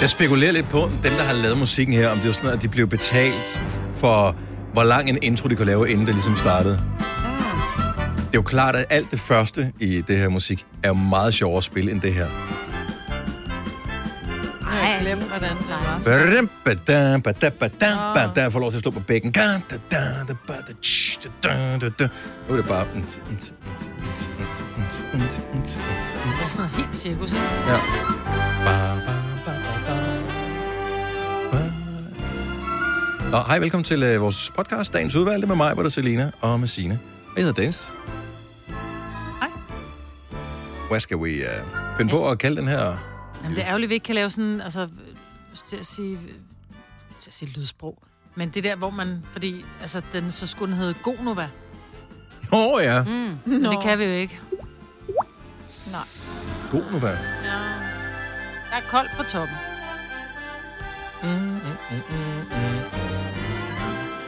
Jeg spekulerer lidt på, om dem, der har lavet musikken her, om det er sådan noget, at de blev betalt for, hvor lang en intro de kunne lave, inden det ligesom startede. Det er jo klart, at alt det første i det her musik er jo meget sjovere at spille end det her. Nu har jeg glemt, hvordan det var. Badam, badam, badam, badam, badam. Jeg får lov til at slå på bækken. Da, da, da, da, ba, da, tsh, da, da, da, da. Nu er det bare... Det er sådan noget helt cirkus, ikke? Ja. Ba, ba, ba, ba, ba. Nå, hej, velkommen til øh, vores podcast, Dagens Udvalgte, med mig, hvor der Selina og med Signe. Og Jeg hedder Dennis. Hej. Hvad skal vi uh, finde på at kalde den her? Jamen, det er ærgerligt, at vi ikke kan lave sådan, altså, til at sige, til at sige lydsprog. Men det der, hvor man, fordi, altså, den, så skulle den hedde Gonova. Åh oh, ja, mm. Men det kan vi jo ikke. Nej. god nu, hvad? Ja. Der er koldt på toppen.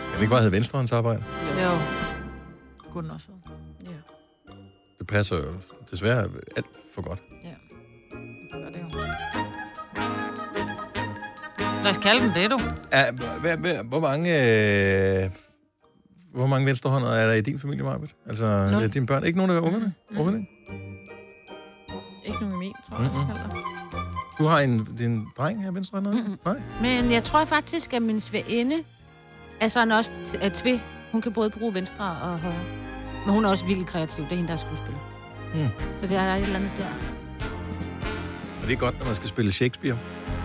Kan vi ikke bare hedde venstrehåndsarbejde? Jo. Kunne den også hedde. Ja. Det passer jo desværre alt for godt. Ja. Det gør det jo. Lad os kalde den det, du. Ja, hvad, hvad, hvor mange... Øh, hvor mange venstrehånder er der i din familie, Marbet? Altså, Nul. ja, dine børn? Ikke nogen af ungerne? ungerne? Ikke nogen min, tror jeg. Mm-mm. heller. Du har en din dreng her venstrehåndet? Mm-hmm. Nej? Men jeg tror faktisk, at min svæinde er sådan også t- er tve. Hun kan både bruge venstre og højre. Men hun er også vildt kreativ. Det er hende, der er skuespiller. Mm. Så det er der et eller andet der. Og det er godt, når man skal spille Shakespeare.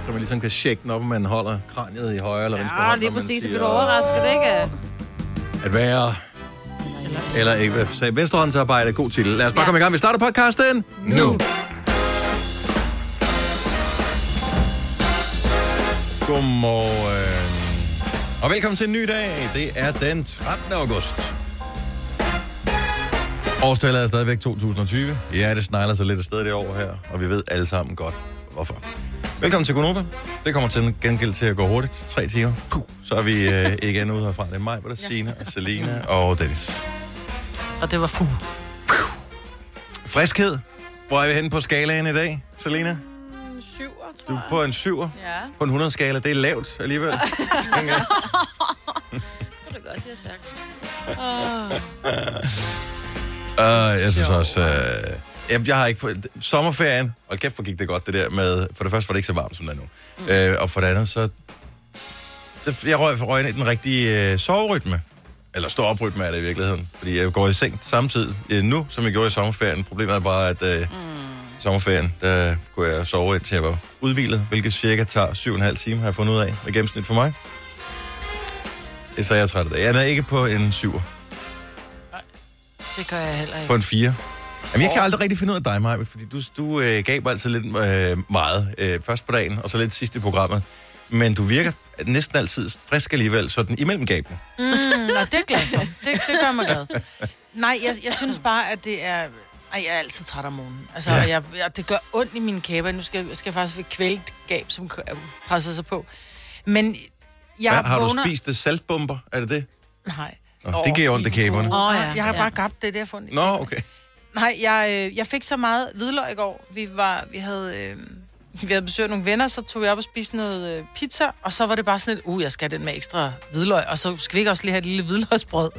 Så man ligesom kan tjekke den op, om man holder kraniet i højre eller venstre Ja, hånd. lige når man præcis, så siger, bliver du overrasket, ikke? At være... Eller ikke. Hvad sagde jeg? venstrehåndsarbejde er god titel. Lad os bare ja. komme i gang. Vi starter podcasten nu. nu. Godmorgen. Og velkommen til en ny dag. Det er den 13. august. Årstallet er stadigvæk 2020. Ja, det snegler sig lidt afsted det år her, og vi ved alle sammen godt, hvorfor. Velkommen til Gonova. Det kommer til gengæld til at gå hurtigt. Tre timer. Puh, så er vi øh, igen ude herfra. Det er mig, hvor der er Signe, og Selena og Dennis. Og det var fu. Friskhed. Hvor er vi henne på skalaen i dag, Selena? En syver, tror Du er jeg. på en 7'er. Ja, På en 100-skala. Det er lavt alligevel. tænker jeg. det er godt, jeg har sagt. Uh, jeg synes også... Uh, jeg, jeg har ikke fået... Sommerferien, og kæft, hvor gik det godt, det der med... For det første var det ikke så varmt, som det er nu. Mm. Uh, og for det andet, så... Det, jeg røg, røg ind i den rigtige uh, soverytme. Eller stå op rytme er det i virkeligheden. Fordi jeg går i seng samtidig uh, nu, som jeg gjorde i sommerferien. Problemet er bare, at uh, mm. sommerferien, der kunne jeg sove indtil jeg var udvilet, hvilket cirka tager 7,5 timer, har jeg fundet ud af, med gennemsnit for mig. Det er så jeg er træt af det. Jeg er ikke på en 7'er Det gør jeg heller ikke. på en 4. Jamen, jeg kan aldrig rigtig finde ud af dig, Maja, fordi du, du øh, gav mig altid lidt øh, meget øh, først på dagen, og så lidt sidst i programmet. Men du virker næsten altid frisk alligevel, sådan imellem gabene. Mm, nej, det er jeg glad for. Det, det gør mig glad. Nej, jeg, jeg synes bare, at det er... Ej, jeg er altid træt om morgenen. Altså, Ja. ja. jeg, jeg, det gør ondt i mine kæber. Nu skal, skal jeg faktisk ved kvælt gab, som k- presser sig på. Men jeg Hvad, har vågner... du spist øh, saltbomber? Er det det? Nej. Nå, det giver ondt i kæberne. Åh, Åh, oh, ja. ja. Jeg har Ja. bare gabt det, der for en... Nå, okay. Nej, jeg, øh, jeg fik så meget hvidløg i går. Vi, var, vi, havde, øh, vi havde besøgt nogle venner, så tog vi op og spiste noget øh, pizza, og så var det bare sådan lidt, uh, jeg skal have den med ekstra hvidløg, og så skal vi ikke også lige have et lille hvidløgsbrød.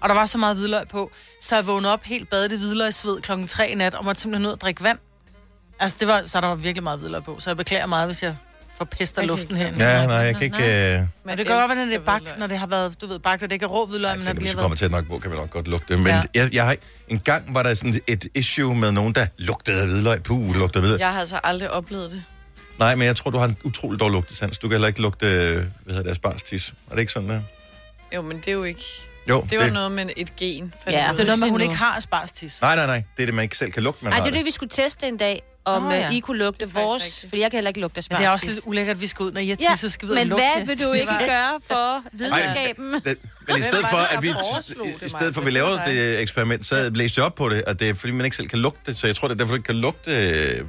Og der var så meget hvidløg på, så jeg vågnede op helt badet i hvidløgsved klokken 3 i nat, og måtte simpelthen ud og drikke vand. Altså, det var, så der var virkelig meget hvidløg på, så jeg beklager meget, hvis jeg forpester Okay. luften her. Ja. Ja, nej, jeg kan ikke... Øh, Men det gør godt, at det er bagt, når det har været, du ved, bagt, og det ikke er rå hvidløg, men Så at det lige hvis du har kommer været... tæt nok på, kan vi nok godt lugte. Men ja. Ja. jeg, jeg har, en gang var der sådan et issue med nogen, der lugtede af hvidløg. Puh, lugtede af hvidløg. Ja. Jeg har altså aldrig oplevet det. Nej, men jeg tror, du har en utrolig dårlig lugtesans. Du kan heller ikke lugte, øh, hvad hedder det, asparstis. Er det ikke sådan, der? Jo, men det er jo ikke... Jo, Det var noget med et gen. fandt Ja. jeg ud af. Det er noget med, at hun ikke har asparstis. Nej, nej, nej. Det er det, man ikke selv kan lugte, man Ej, har det er det, vi skulle teste en dag, om Åh, oh, ja. ja. I kunne lugte faktisk vores. rigtigt. Fordi jeg kan heller ikke lugte Men asparges. det er også lidt ulækkert, at vi skal ud, når I har tisset, skal vi ud og men lugte hvad vil til. du Det ikke var- gøre for videnskaben? det. Men i Hvem stedet var for, det, der at vi, foreslog det, i Maja? stedet for, at vi laver det eksperiment, så læste jeg op på det, og det er, fordi man ikke selv kan lugte det, så jeg tror, det er derfor, du ikke kan lugte øh,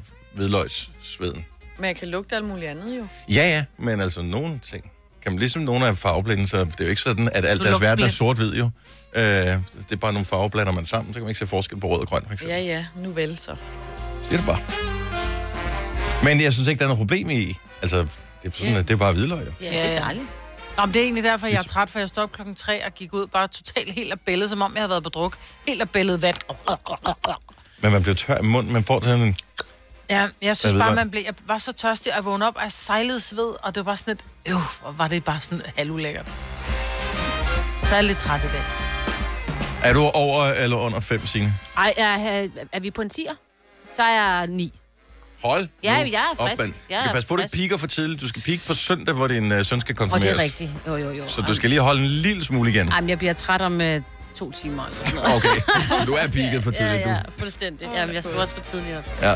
hvidløgssveden. Men jeg kan lugte alt muligt andet jo. Ja, ja, men altså nogle ting. Kan man, ligesom nogen er farveblinde, så det er jo ikke sådan, at alt Du deres lugter verden er blind. sort-hvid jo. Øh, det er bare nogle farver, blander man sammen, så kan man ikke se forskel på rød og grøn, for eksempel. Ja, ja, nu vel så. Siger det bare. Men jeg synes ikke, der er noget problem i. Altså, det er, sådan, Ja. at det er bare hvidløg. jo. Ja, Ja, det er ja. dejligt. Nå, men det er egentlig derfor, jeg er træt, for jeg stod op klokken 3 og gik ud bare totalt helt af bællet, som om jeg havde været på druk. Helt af bællet vand. Men man bliver tør i munden, man får sådan en... Ja, jeg synes ved bare, godt. man blev, jeg var så tørstig, og jeg vågnede op, og jeg sejlede sved, og det var bare sådan et, øh, hvor var det bare sådan halvulækkert. Så er jeg lidt træt i dag. Er du over eller under fem, Signe? Ej, er, er vi på en 10'er? Så er jeg 9. Hold Ja, nu jeg er frisk. mand. Jeg du skal er passe på, at du frisk. ikke piker for tidligt. Du skal pike på søndag, hvor din øh, søn skal Og konfirmeres. det er rigtigt. Jo, jo, jo. Så du skal lige holde en lille smule igen. Ej, men jeg bliver træt om øh, to timer. Eller sådan noget. Okay, så du er piket for Ja, tidligt, du. ja, fuldstændig. Jamen, jeg skal også for tidligt op. Ja.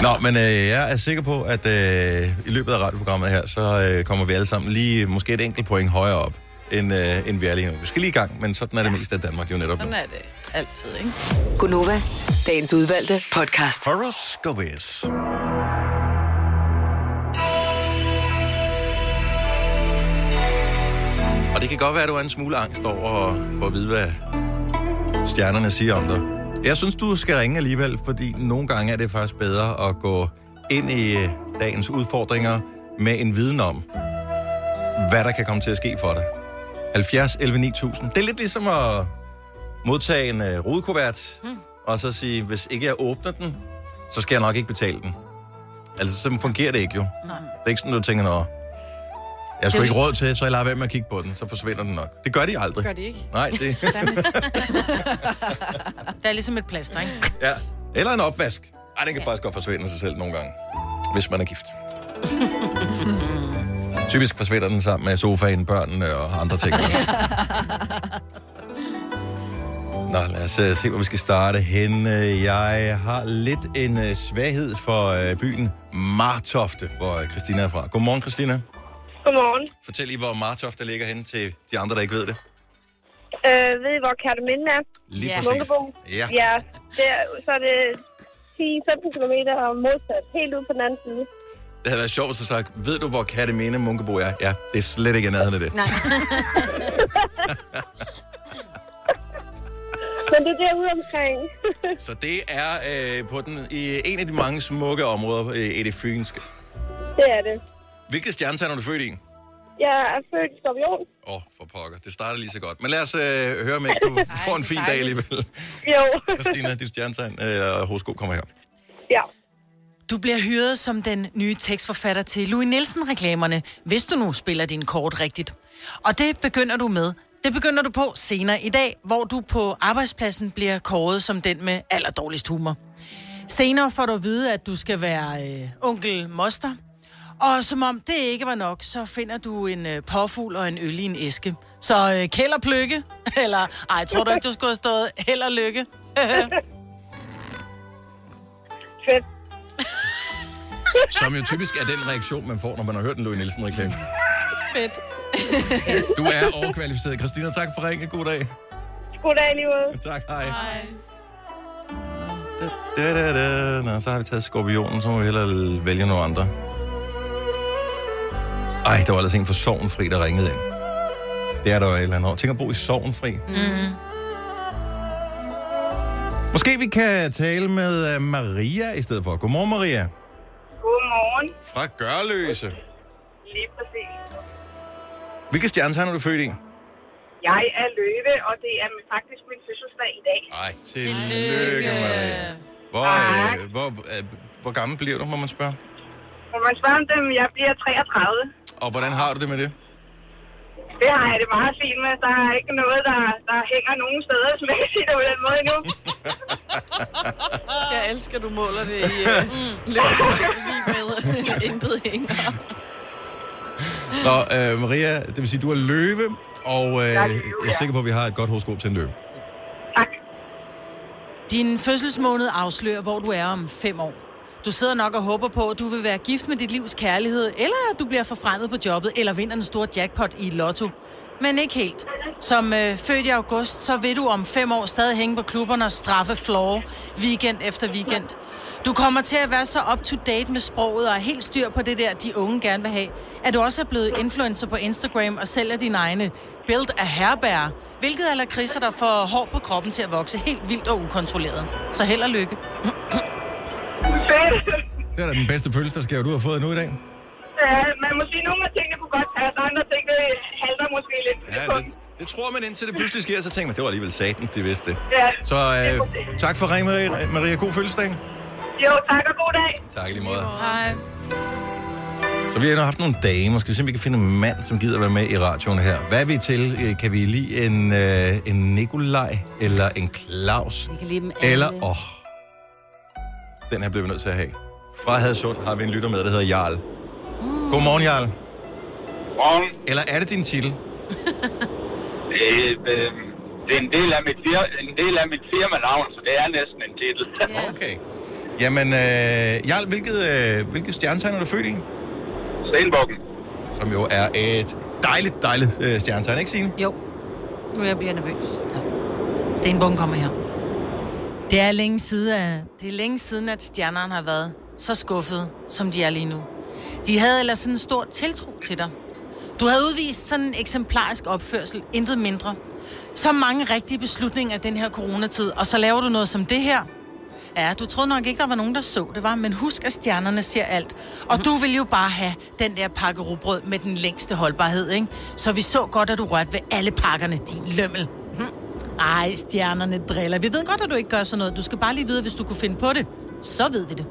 Nå, men øh, jeg er sikker på, at øh, i løbet af radioprogrammet her, så øh, kommer vi alle sammen lige måske et enkelt point højere op, end, øh, end vi er lige nu. Vi skal lige i gang, men sådan er det meste af Danmark jo netop nu. Sådan er det altid, ikke? Gunova, dagens udvalgte podcast. Horoscopes. Og det kan godt være, at du er en smule angst over at få at vide, hvad stjernerne siger om dig. Jeg synes, du skal ringe alligevel, fordi nogle gange er det faktisk bedre at gå ind i øh, dagens udfordringer med en viden om, hvad der kan komme til at ske for dig. 70 11 9000. Det er lidt ligesom at modtage en øh, rodekuvert, mm. og så sige, hvis ikke jeg åbner den, så skal jeg nok ikke betale den. Altså, så fungerer det ikke jo. Nej. Det er ikke sådan, du tænker, nå, jeg skulle ikke råd til, så jeg lader være med at kigge på den, så forsvinder den nok. Det gør de aldrig. Gør det ikke? Nej, det... Det er ligesom et plaster, ikke? ja. Eller en opvask. Ej, den kan ja. faktisk godt forsvinde af sig selv nogle gange, hvis man er gift. Typisk forsvinder den sammen med sofaen, børnene og andre ting. Nå, lad os uh, se, hvor vi skal starte hen. Jeg har lidt en øh, svaghed for øh, byen Martofte, hvor øh, Christina er fra. Godmorgen, Christina. Godmorgen. Fortæl lige, hvor Martofte ligger hen til de andre, der ikke ved det. Øh, ved I, hvor Kærteminde er? Lige Ja. præcis. Munkebo? Ja. Ja, der, så er det 10-15 km modsat, helt ude på den anden side. Det havde været sjovt, hvis du sagde, ved du, hvor Kattemene Munkebo er? Ja, det er slet ikke i nærheden af det. Nej. Men det er derude omkring. Så det er øh, på den, i en af de mange smukke områder øh, i det fynske. det er det. Hvilket stjernetegn er du født i? Åh, Jeg er født i Skorpion. oh, for pokker. Det starter lige så godt. Men lad os øh, høre, om ikke du får en fin dag dejligt. alligevel. Jo. Christina, dit stjernetegn øh, og horoskop kommer her. ja. Du bliver hyret som den nye tekstforfatter til Louis Nielsen-reklamerne, hvis du nu spiller din kort rigtigt. Og det begynder du med. Det begynder du på senere i dag, hvor du på arbejdspladsen bliver kåret som den med allerdårligst humor. Senere får du at vide, at du skal være øh, onkel Moster. Og som om det ikke var nok, så finder du en øh, påfugl og en øl i en æske. Så øh, kæld og pløkke, eller ej, tror du ikke, du skulle have stået held og lykke? Fedt. Som jo typisk er den reaktion, man får, når man har hørt en Louis Nielsen-reklame. Fedt. Du er overkvalificeret. Christina, tak for ringen. God dag. Goddag alligevel. Tak, hej. Da, da, da. Nå, så har vi taget skorpionen, så må vi hellere vælge nogle andre. Ej, der var ellers en for Sovenfri, der ringede ind. Det er der jo et eller andet over. Tænk at bo i Sovenfri. Mm. Måske vi kan tale med øh, Maria i stedet for. Godmorgen, Maria. Godmorgen. Fra Gørløse. Lige præcis. Hvilke stjernetegn er du født i? Jeg er løve, og det er faktisk min fødselsdag i dag. Ej, tillykke, Maria. Hvor, Tak. øh, hvor, øh, hvor gammel bliver du, må man spørge? Må man spørge om dem? Jeg bliver 33. Og hvordan har du det med det? Det har jeg det meget fint med. Der er ikke noget, der, der hænger nogen steder, som jeg kan sige det på den måde endnu. Jeg elsker, du måler det i uh, løbet med intet hænger. Nå, øh, Maria, det vil sige, du er løve, og øh, jeg løve, er ja. sikker på, at vi har et godt horoskop til en løve. Tak. Din fødselsmåned afslører, hvor du er om fem år. Du sidder nok og håber på, at du vil være gift med dit livs kærlighed, eller at du bliver forfremmet på jobbet, eller vinder den store jackpot i lotto. Men ikke helt. Som øh, født i august, så vil du om fem år stadig hænge på klubberne og straffe floor weekend efter weekend. Du kommer til at være så up-to-date med sproget og er helt styr på det der, de unge gerne vil have. At du også er blevet influencer på Instagram og sælger dine egne build af herrebær, hvilket er lakridser, der får hår på kroppen til at vokse helt vildt og ukontrolleret. Så held og lykke. Fedt. Det er da den bedste følelsesgave, du har fået nu i dag. Ja, man må sige, nogle af tingene kunne godt passe, andre ting det halter måske lidt. på det Ja, det, punkt. det tror man indtil det pludselig sker, så tænker man, det var alligevel satans, de vidste det. Ja. Så øh, tak for ringen, Maria. Maria. God fødselsdag. Jo, tak og god dag. Tak i lige måde. Hej. Så vi har nu haft nogle damer. Skal vi se, om vi kan finde en mand, som gider være med i radioen her. Hvad er vi til? Øh, Kan vi lide en, øh, en Nikolaj eller en Claus? Vi kan lide dem alle. Eller, åh, oh, den her bliver vi nødt til at have. Fra Hadsund har vi en lytter med, der hedder Jarl. Godmorgen, Jarl. Morgen. Eller er det din titel? Øh, øh, det er en del af mit, fir- en del af mit firmanavn, så det er næsten en titel. Ja. Okay. Jamen, øh, Jarl, hvilket, øh, hvilket stjernetegn er du født i? Stenbukken. Som jo er et dejligt, dejligt øh, stjernetegn, ikke Signe? Jo. Nu er jeg bliver nervøs. Stenbogen kommer her. Det er længe siden, at, det er længe siden, at stjernerne har været så skuffet, som de er lige nu. De havde ellers sådan en stor tiltro til dig. Du havde udvist sådan en eksemplarisk opførsel, intet mindre. Så mange rigtige beslutninger i den her coronatid, og så laver du noget som det her. Ja, du troede nok ikke, der var nogen, der så det, var, men husk, at stjernerne ser alt. Og du vil jo bare have den der pakke rugbrød med den længste holdbarhed, ikke? Så vi så godt, at du rørte ved alle pakkerne, din lømmel. Ej, stjernerne driller. Vi ved godt, at du ikke gør sådan noget. Du skal bare lige vide, hvis du kunne finde på det. Så ved vi det.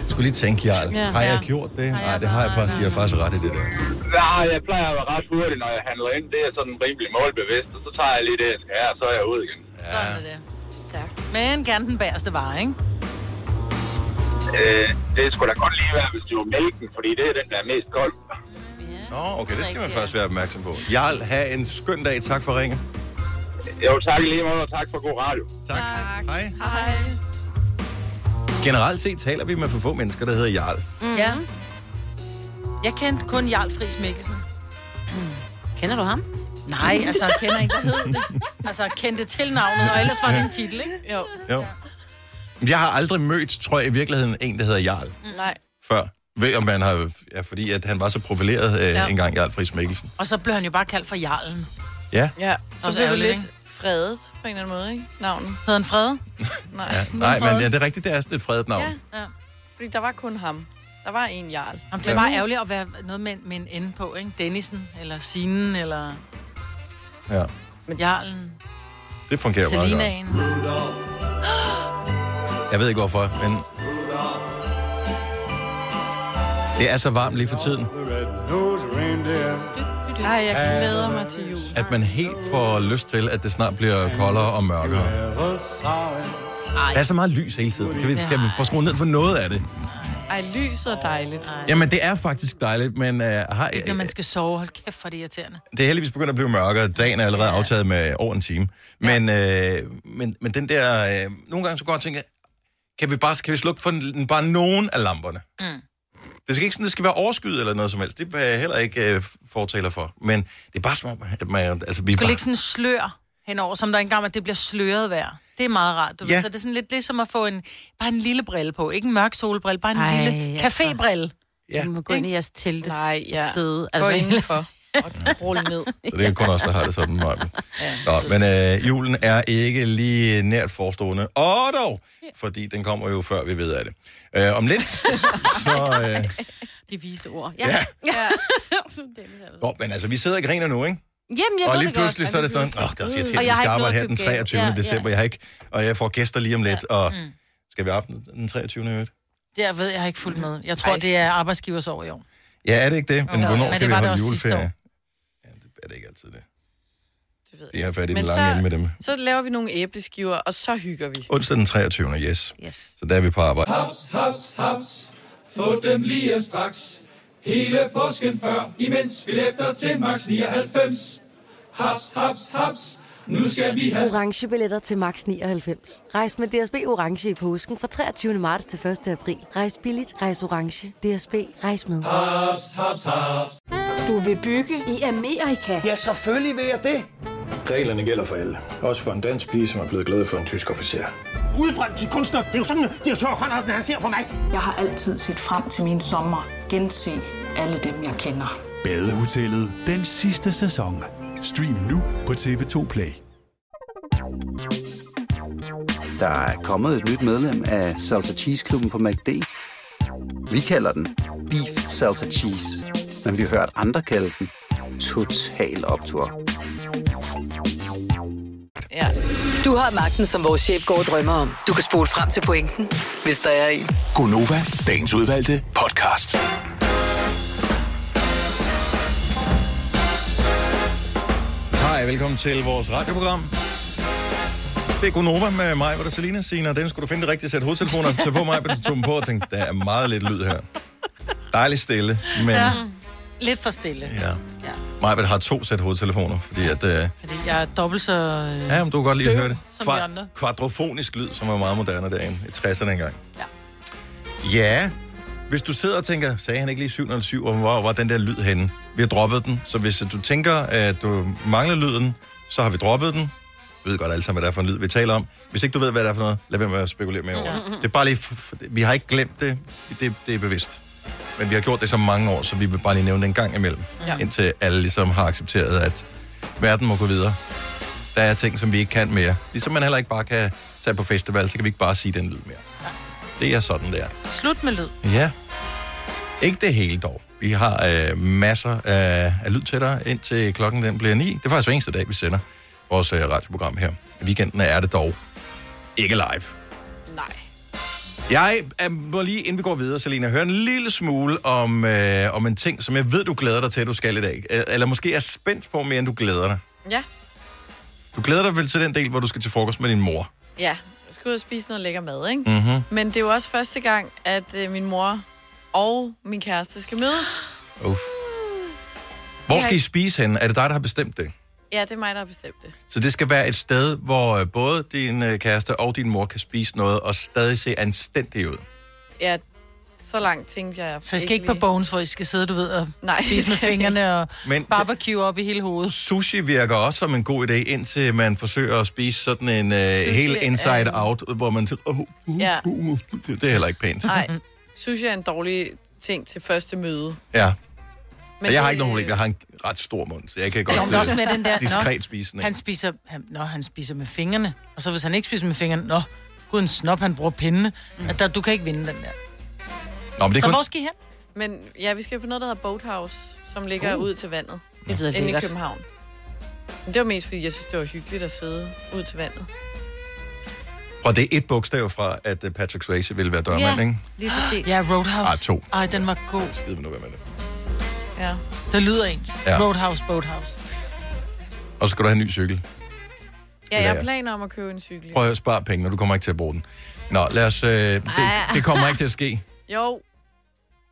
Jeg skulle lige tænke, Jarl. Ja. Ja. Har jeg Ja. gjort det? Nej, det har jeg faktisk. Jeg har faktisk ret i det der. Nej, jeg plejer at være ret hurtig, når jeg handler ind. Det er sådan rimelig målbevidst, og så tager jeg lige det, jeg skal have, og så er jeg ud igen. Ja. det. Stærkt. Men gerne den bagerste vare, ikke? Øh, det skulle da godt lige være, hvis det var mælken, fordi det er den, der er mest kold. Nå, okay, det skal man først være opmærksom på. Jarl, have en skøn dag. Tak for ringen. Jo, tak i lige måde, og tak for god radio. Tak. tak. Hej. Hej. Generelt set taler vi med for få mennesker, der hedder Jarl. Mm. Ja. Jeg kendte kun Jarl Friis Mikkelsen. Mm. Kender du ham? Nej, altså, jeg kender ikke, hvad hed det. Altså, jeg kendte til navnet, og ellers var det en titel, ikke? Jo. Jo. Jeg har aldrig mødt, tror jeg i virkeligheden, en, der hedder Jarl Nej. før. Ved om man har... Ja, fordi at han var så profileret øh, ja. Ja. engang, Jarl Friis Mikkelsen. Og så blev han jo bare kaldt for Jarlen. Ja. Ja, så Også bliver du ærgerligt, lidt fredet på en eller anden måde, ikke? Navnen. Hed han Frede? Nej. ja. Nej, men ja, det er rigtigt, det er sådan et fredet navn. Ja, Ja. Ja. fordi der var kun ham. Der var en jarl. Jamen, det er bare ærgerligt at være noget med, med en ende på, ikke? Dennisen, eller Sinen, eller ja. Jarlen, Det fungerer meget godt. Selinaen. Jeg ved ikke hvorfor, men... Det er så varmt lige for tiden, Nej, jeg glæder mig til jul. at man helt får lyst til, at det snart bliver koldere og mørkere. Der er så meget lys hele tiden. Kan vi, kan vi prøve at skrue ned for noget af det? Ej, lyset er dejligt. Jamen, det er faktisk dejligt, men øh, har, Når man skal sove, hold kæft for det er irriterende. det er heldigvis begyndt at blive mørkere. Dagen er allerede aftaget med over en time. Men, øh, men, men den der... Øh, nogle gange så går jeg og tænker, kan vi bare kan vi slukke for den, bare nogen af lamperne? Mm. Det skal ikke sådan, det skal være overskyet eller noget som helst. Det er jeg heller ikke øh, fortaler for. Men det er bare som om, at man... Altså, vi er Du bare, lægge sådan en slør henover, som der ikke engang, at det bliver sløret vejr. Det er meget rart. Du Ja. ja. ved, så det er sådan lidt ligesom at få en, bare en lille brille på. Ikke en mørk solbrille, bare en Ej, Ej, lille altså. cafébrille. Ja. Ja. Du må gå ind i jeres telte. Nej, ja. Sidde. Gå Altså, indenfor og rulle ned. Så det er kun os, der har det sådan meget. Nå, men øh, julen er ikke lige nært forestående. Og dog! Fordi den kommer jo før vi ved af det. Øh, om lidt, så... Øh, De vise ord. ja. Ja. Nå, men altså, vi sidder og griner nu, ikke? Jamen, jeg og ved lige det godt. pludselig, så er det sådan, åh, oh, det er også irriterende, Og vi jeg har skal ikke arbejde noget her at den købe gave. 23. Ja, Mm. ja. december, jeg har ikke, og jeg får gæster lige om lidt, og skal vi aften den 23. i øvrigt? Jeg ved, jeg har ikke fulgt med. Jeg tror, Ej. Ej. det er arbejdsgivers år i år. Ja, er det ikke det? Men Jo, hvornår men det skal vi var det holde også sidste juleferie? Ja, det er det ikke altid det. Det ved De har fat i den Men lange så- ende med dem. Så laver vi nogle æbleskiver, og så hygger vi. Onsdag den 23. Yes. Yes. Så der er vi på arbejde. Haps, haps, haps. Få dem lige straks. Hele påsken før, imens billetter til max 99. Haps, haps, haps. Nu skal vi have Orange billetter til max 99. Rejs med DSB Orange i påsken fra 23. marts til 1. april. Rejs billigt, rejs orange. DSB, rejs med. haps, haps, haps. Du vil bygge i Amerika? Ja, selvfølgelig vil jeg det. Reglerne gælder for alle. Også for en dansk pige, som er blevet glad for en tysk officer. Udbrøndt til kunstner. Det er jo sådan, at de har tørt, han ser på mig. Jeg har altid set frem til min sommer. Gense alle dem, jeg kender. Badehotellet den sidste sæson. Stream nu på TV2 Play. Der er kommet et nyt medlem af Salsa Cheese Klubben på MACD. Vi kalder den Beef Salsa Cheese, men vi har hørt andre kalde den Total Optor. Ja. Du har magten, som vores chef går og drømmer om. Du kan spole frem til pointen, hvis der er en. Gonova, dagens udvalgte podcast. Hej, velkommen til vores radioprogram. Det er Gunova med mig, hvor der Selina Sina. Den skulle du finde det rigtige sæt hovedtelefoner. Tag på mig, men du tog dem på og tænkte, der er meget lidt lyd her. Dejligt stille, men ja. Lidt for stille. ja. Majbert har to sæt hovedtelefoner, fordi at, øh, Fordi jeg er dobbelt så... Øh, ja, men du kan godt lide at døv høre det. Som de andre. Kva- kvadrofonisk lyd, som var meget moderne derinde i 60'erne engang. Ja. Ja, hvis du sidder og tænker, sagde han ikke lige 707, og hvor var den der lyd henne? Vi har droppet den, så hvis du tænker, at du mangler lyden, så har vi droppet den. Vi ved godt alle sammen, hvad det er for en lyd, vi taler om. Hvis ikke du ved, hvad det er for noget, lad være med at spekulere mere over det. Det er bare lige, for, for, vi har ikke glemt det. det, det er bevidst. Men vi har gjort det så mange år, så vi vil bare lige nævne det en gang imellem. Ja. Ja. Indtil alle ligesom har accepteret, at verden må gå videre. Der er ting, som vi ikke kan mere. Ligesom man heller ikke bare kan tage på festival, så kan vi ikke bare sige den lyd mere. Det er sådan, det er. Slut med lyd. Ja. Ikke det hele dog. Vi har øh, masser af, af lyd til dig, indtil klokken den bliver 9. Det er faktisk hver eneste dag, vi sender vores øh, radioprogram her. I weekenden er det dog ikke live. Nej. Jeg er, må lige, inden vi går videre, Selina, høre en lille smule om, øh, om en ting, som jeg ved, du glæder dig til, at du skal i dag. Øh, Eller måske er spændt på mere, end du glæder dig. Ja. Du glæder dig vel til den del, hvor du skal til frokost med din mor. Ja, jeg skulle ud og spise noget lækker mad, ikke? Mhm. Men det er jo også første gang, at øh, min mor og min kæreste skal mødes. Uff. Hvor Ja. skal I spise henne? Er det dig, der har bestemt det? Ja, det er mig, der har bestemt det. Så det skal være et sted, hvor øh, både din øh, kæreste og din mor kan spise noget, og stadig se anstændig ud. Ja, så langt tænkte jeg. Så I skal ikke på bones, hvor I skal sidde, du ved, og Nej, spise med det skal jeg fingrene og Men- barbecue op i hele hovedet. Sushi virker også som en god idé, indtil man forsøger at spise sådan en øh, helt er en- inside-out, hvor man tænker, oh, Ja, uh." det er heller ikke pænt. nej. Synes jeg er en dårlig ting til første møde. Ja. Men Men jeg har det- ikke nogen problem. Jeg har en ret stor mund, så jeg kan godt Nå, men også med øh, den der, diskret nå, spise Han spiser, han, nå, han spiser med fingrene, og så hvis han ikke spiser med fingrene, nå, gud en snop, han bruger pindene. Mm. At der, du kan ikke vinde den der. Nå, men det er så kun... hvor skal I hen? øh, Men ja, vi skal på noget, der hedder Boathouse, som ligger Uh. uh. ud til vandet. Det lyder Inde i lækkert. København. Men det var mest, fordi jeg synes, det var hyggeligt at sidde ud til vandet. Og det er et bogstav fra, at øh, Patrick Swayze ville være dørmand, ikke? lige præcis. Ja, Roadhouse. Ah, to. Ej, den var god. Skide nu være med det. Ja. Det lyder ens. Ja. Ja. Roadhouse, Boathouse. Og så skal du have en ny cykel. Ja, jeg Lad har os. planer om at købe en cykel. Prøv at spare penge, og du kommer ikke til at bruge den. Nå, lad os... Øh, det, Ej. det kommer ikke til at ske. Jo,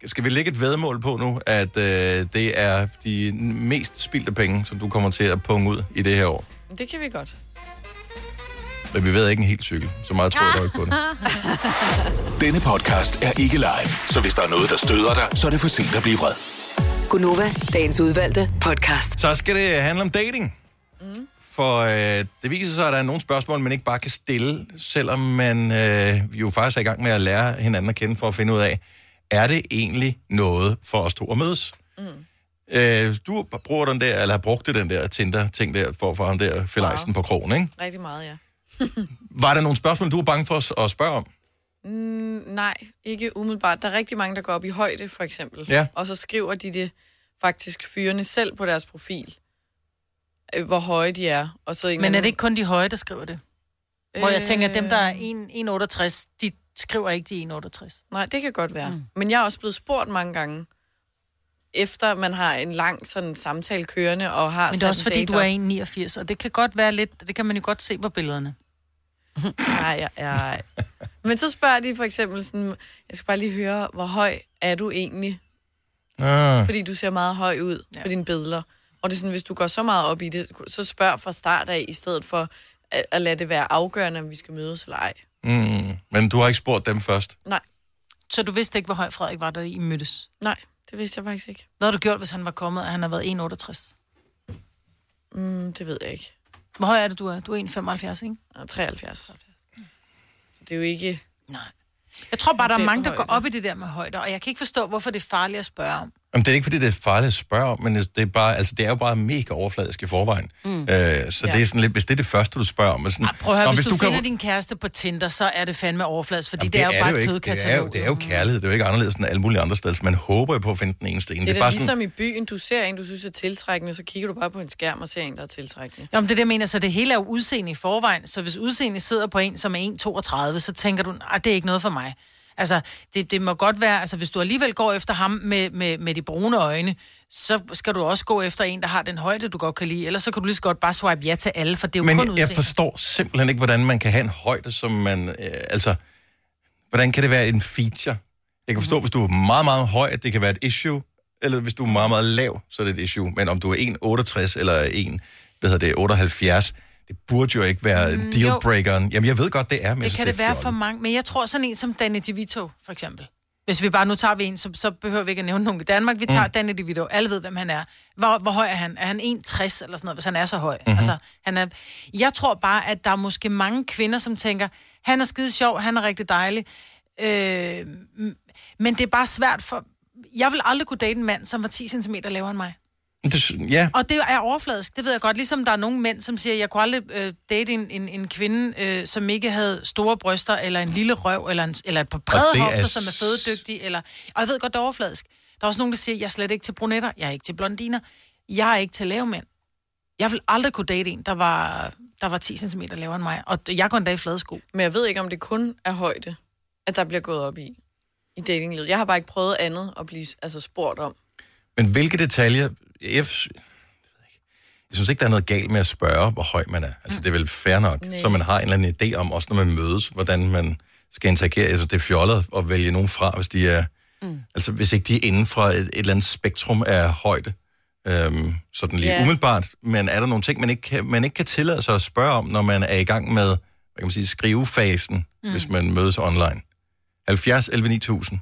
Skal vi lægge et vedmål på nu, at øh, det er de mest spildte penge, som du kommer til at punge ud i det her år? det kan vi godt. Men vi ved ikke en hel cykel. Så meget tror jeg dog ikke på det. Denne podcast er ikke live, så hvis der er noget, der støder dig, så er det for sent at blive vred. Gunova, dagens udvalgte podcast. Så skal det handle om dating. Mm. For øh, det viser sig, at der er nogle spørgsmål, man ikke bare kan stille, selvom man øh, jo faktisk er i gang med at lære hinanden at kende for at finde ud af, er det egentlig noget for os to at mødes? Mm. Øh, du bruger den der, eller har brugt den der Tinder-ting der, for at få ham der felejsen wow. på krogen, ikke? Rigtig meget, ja. Var der nogle spørgsmål, du var bange for os at spørge om? Mm, nej, ikke umiddelbart. Der er rigtig mange, der går op i højde, for eksempel. Ja. Og så skriver de det faktisk fyrene selv på deres profil, øh, hvor høje de er. Og så en Men er det anden- ikke kun de høje, der skriver det? Hvor jeg tænker, at dem, der er Øh. 1,68, de skriver ikke de 1,68. Nej, det kan godt være. Mm. Men jeg er også blevet spurgt mange gange, efter man har en lang sådan samtale kørende og har Men det er sat også en fordi, date du er op. 1,89, og det kan godt være lidt, det kan man jo godt se på billederne. Nej, nej. Men så spørger de for eksempel sådan, jeg skal bare lige høre, hvor høj er du egentlig? Ah. Fordi du ser meget høj ud ja. på dine billeder. Og det er sådan, hvis du går så meget op i det, så spørg fra start af, i stedet for at, at lade det være afgørende, om vi skal mødes eller ej. Mm. Men du har ikke spurgt dem først. Nej. Så du vidste ikke, hvor høj Frederik var, da I mødtes? Nej, det vidste jeg faktisk ikke. Hvad har du gjort, hvis han var kommet, og han har været 1,68? Mm, det ved jeg ikke. Hvor høj er det, du er? Du er 1,75, ikke? Og 73. Så det er jo ikke... Nej. Jeg tror bare, der er Det er mange, der for går højde. op i det der med højder, og jeg kan ikke forstå, hvorfor det er farligt at spørge om. Jamen, det er ikke, fordi det er farligt at spørge om, men det er, bare, altså, det er jo bare mega overfladisk i forvejen. Mm. Mm. Øh, så ja. det er sådan lidt, hvis det er det første, du spørger om. er Sådan, Prøv at høre, "Nå, Nå, hvis, du, finder kan... din kæreste på Tinder, så er det fandme overflads, fordi Jamen, Jamen, det, er jo bare det et ikke. det er, jo, kødkatalog. Mm. det er jo kærlighed. Det er jo ikke anderledes end alle mulige andre steder. så Man håber jo på at finde den eneste ene. Det er, det bare ligesom sådan, i byen, du ser en, du synes er tiltrækkende, så kigger du bare på en skærm og ser en, der er tiltrækkende. Nå, men det er det, jeg mener, så det hele er jo udseende i forvejen. Så hvis udseendet sidder på en, som er 1,32, så tænker du, at det er ikke noget for mig. Altså, det, det må godt være, altså hvis du alligevel går efter ham med, med, med de brune øjne, så skal du også gå efter en, der har den højde, du godt kan lide. Ellers så kan du lige så godt bare swipe ja til alle, for det er jo men kun jeg, jeg udseende. forstår simpelthen ikke, hvordan man kan have en højde, som man... Øh, altså, hvordan kan det være en feature? Jeg kan Mm. forstå, hvis du er meget, meget høj, at det kan være et issue. Eller hvis du er meget, meget lav, så er det et issue. Men om du er 1,68 eller 1, hvad hedder det, 78, det burde jo ikke være Mm, jo. mm, dealbreakeren. Jamen, jeg ved godt, det er, men jeg Det synes, kan det er være fjollet. for mange. Men jeg tror sådan en som Danny DeVito, for eksempel. Hvis vi bare nu tager vi en, så, så behøver vi ikke at nævne nogen i Danmark. Vi tager Mm. mm. Danny DeVito. Alle ved, hvem han er. Hvor, hvor høj er han? Er han 1,60 eller sådan noget, hvis han er så høj? Mhm. Mm-hmm. Altså, han er... Jeg tror bare, at der er måske mange kvinder, som tænker, han er skide sjov, han er rigtig dejlig. Øh, m- men det er bare svært for... Jeg vil aldrig kunne date en mand, som var 10 cm lavere end mig. Det, sy- ja, Og det er overfladisk, det ved jeg godt. Ligesom der er nogle mænd, som siger, jeg kunne aldrig øh, date en, en, en kvinde, øh, som ikke havde store bryster, eller en lille røv, eller, en, eller et par det brede er hofter, s- som er fødedygtige. Eller... Og jeg ved godt, det er overfladisk. Der er også nogen, der siger, jeg er slet ikke til brunetter, jeg er ikke til blondiner, jeg er ikke til lave mænd. Jeg vil aldrig kunne date en, der var, der var 10 cm lavere end mig, og jeg går en dag i flade sko. Men jeg ved ikke, om det kun er højde, at der bliver gået op i, i datinglivet. Jeg har bare ikke prøvet andet at blive altså, spurgt om. Men hvilke detaljer... Jeg, f- jeg synes ikke, der er noget galt med at spørge, hvor høj man er. Altså, det er vel fair nok, Nej. så man har en eller anden idé om, også når man mødes, hvordan man skal interagere. Altså, det er fjollet at vælge nogen fra, hvis de er... Mm. Altså, hvis ikke de er inden for et, et eller andet spektrum af højde. Øhm, sådan lige Ja. yeah. umiddelbart. Men er der nogle ting, man ikke, kan, man ikke kan tillade sig at spørge om, når man er i gang med, hvad kan man sige, skrivefasen, Mm. mm. hvis man mødes online? 70 11 9000.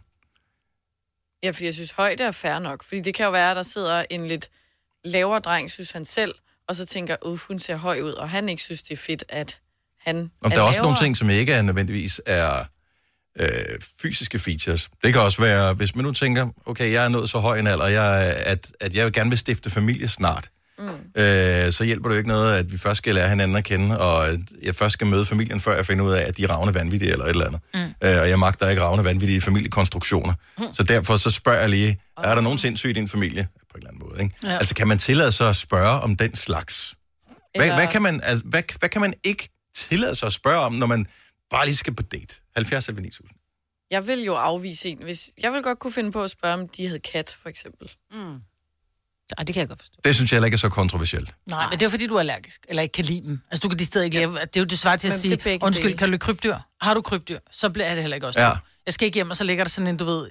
Ja, fordi jeg synes, højde er fair nok. Fordi det kan jo være, at der sidder en lidt lavere dreng, synes han selv, og så tænker, at hun ser høj ud, og han ikke synes, det er fedt, at han Om er der er også lavere. nogle ting, som ikke er nødvendigvis er øh, fysiske features. Det kan også være, hvis man nu tænker, okay, jeg er nået så høj en alder, jeg, at, at jeg gerne vil stifte familie snart. Mm. Øh, så hjælper det jo ikke noget, at vi først skal lære hinanden at kende, og at jeg først skal møde familien, før jeg finder ud af, at de er ravne vanvittige eller et eller andet. Mm. Øh, og jeg magter ikke ravne vanvittige familiekonstruktioner. Mm. Så derfor så spørger jeg lige, er der nogen sindssygt i din familie? På en eller anden måde, ikke? Ja. Ja. Altså, kan man tillade sig at spørge om den slags? Hvad, Eller- hvad, kan man, altså, hvad, hvad kan man ikke tillade sig at spørge om, når man bare lige skal på date? 70 eller 9000. Jeg vil jo afvise en, hvis... Jeg vil godt kunne finde på at spørge, om de havde kat, for eksempel. Mm. Ej, det kan jeg godt forstå. Det synes jeg heller ikke er så kontroversielt. Nej, men det er jo, fordi, du er allergisk, eller ikke kan lide dem. Altså, du kan de steder ikke lide, det er jo det svar til at Men det er sige, begge undskyld, dele." kan du lide krybdyr? Har du krybdyr? Så bliver det heller ikke også. Ja. noget. Jeg skal ikke hjem, og så ligger der sådan en, du ved,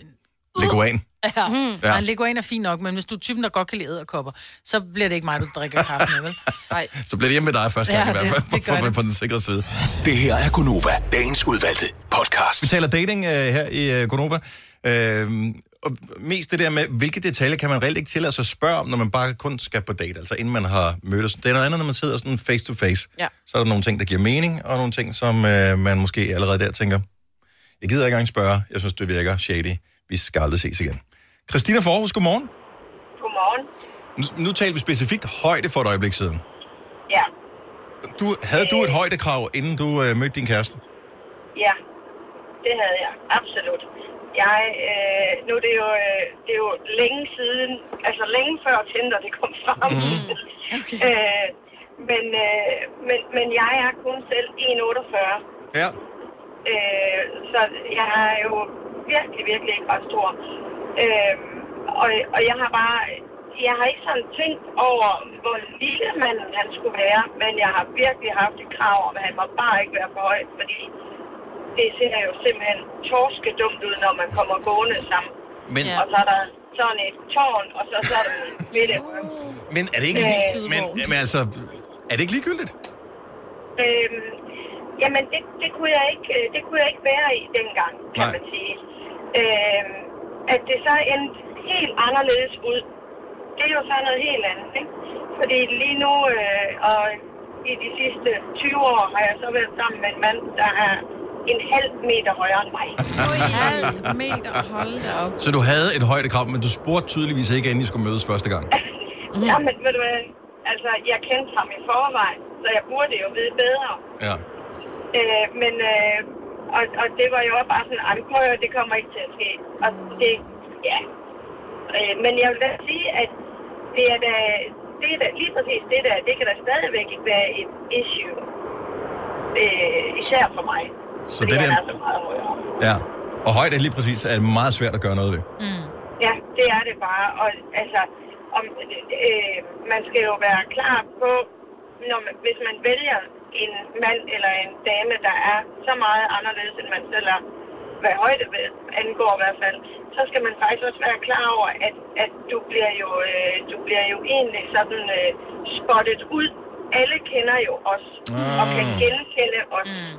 Uh. Leguan. Ja. Mm. Ja. ja. En leguan er fint nok, men hvis du er typen, der godt kan lide æderkopper, så bliver det ikke mig, du drikker kaffe med, vel? Nej. Så bliver det hjemme med dig første Ja, gang i hvert det- fald, det gør på, på, det. på den sikre side. Det her er Gunova, dagens udvalgte podcast. Vi taler dating øh, her i øh, Konoba. Øh, og mest det der med, hvilke detaljer kan man reelt ikke tillade sig at spørge om, når man bare kun skal på date, altså inden man har mødtes. Det er noget andet, når man sidder sådan face to face. Ja. Så er der nogle ting, der giver mening, og nogle ting, som øh, man måske allerede der tænker, jeg gider ikke engang spørge, jeg synes, det virker shady. Vi skal aldrig ses igen. Christina Forhus, godmorgen. Godmorgen. Nu, nu taler vi specifikt højde for et øjeblik siden. Ja, Du, havde du et højdekrav, inden du øh, mødte din kæreste? ja. Det havde jeg. Absolut. Jeg, øh, nu er det jo, øh, det er jo længe siden, altså længe før Tinder det kom frem. Mhm. Mm. Okay. Øh, men, øh, men, men jeg er kun selv 1,48. Ja. Øh, så jeg er jo virkelig, virkelig ikke ret stor. Øh, og, og jeg har bare, jeg har ikke sådan tænkt over, hvor lille man han skulle være, men jeg har virkelig haft et krav om, at han må bare ikke være for høj, fordi det ser jo simpelthen torske dumt ud, når man kommer gående sammen. Men- Og så er der sådan et tårn, og så, så er der en midte. Men er det ikke, Øh, øh, men, men altså, er det ikke ligegyldigt? Øhm, jamen, det, det, kunne jeg ikke, øh, det kunne jeg ikke være i dengang, kan Nej. man sige. Øhm, at det så endte helt anderledes ud, det er jo så noget helt andet, ikke? Fordi lige nu, øh, og i de sidste 20 år, har jeg så været sammen med en mand, der er en halv meter højere end mig. halv meter, hold da op. Så du havde et højdekrav, men du spurgte tydeligvis ikke, inden I skulle mødes første gang. Mm. Jamen, ved du hvad? Altså, jeg kendte ham i forvejen, så jeg burde jo vide bedre. Ja. Øh, men, øh, og, og det var jo bare sådan, "Ej, men prøv at høre, det kommer ikke til at ske. Og Mm. det, ja. Øh, men jeg vil da sige, at det er da, det er da, lige præcis det der, det kan da stadigvæk ikke være et issue. Øh, især for mig. Så det der, er så meget højere. ja. Og højde lige præcis er meget svært at gøre noget ved. Ja, det er det bare. Og altså, om, øh, man skal jo være klar på, når man, hvis man vælger en mand eller en dame, der er så meget anderledes, end man selv er, hvad højde ved- angår i hvert fald, så skal man faktisk også være klar over, at, at du, bliver jo, øh, du bliver jo egentlig sådan øh, spottet ud. Alle kender jo os, og kan genkende os. Mm.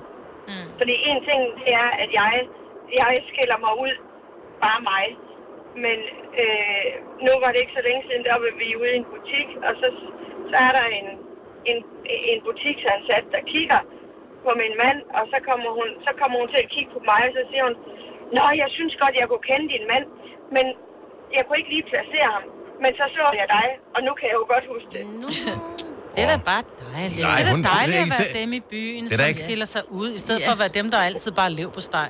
Mm. Fordi en ting, det er, at jeg, jeg skiller mig ud, bare mig. Men øh, nu var det ikke så længe siden, der var vi ude i en butik, og så, så er der en, en, en butiksansat, der kigger på min mand, og så kommer, hun, så kommer hun til at kigge på mig, og så siger hun, Nå, jeg synes godt, jeg kunne kende din mand, men jeg kunne ikke lige placere ham. Men så så jeg dig, og nu kan jeg jo godt huske det. Det er da bare dejligt. Nej, det er hun- da hun dejligt er at ikke være til- dem i byen, Det er da som ikke- skiller sig ud, i stedet for at være dem, der altid bare lever på steg.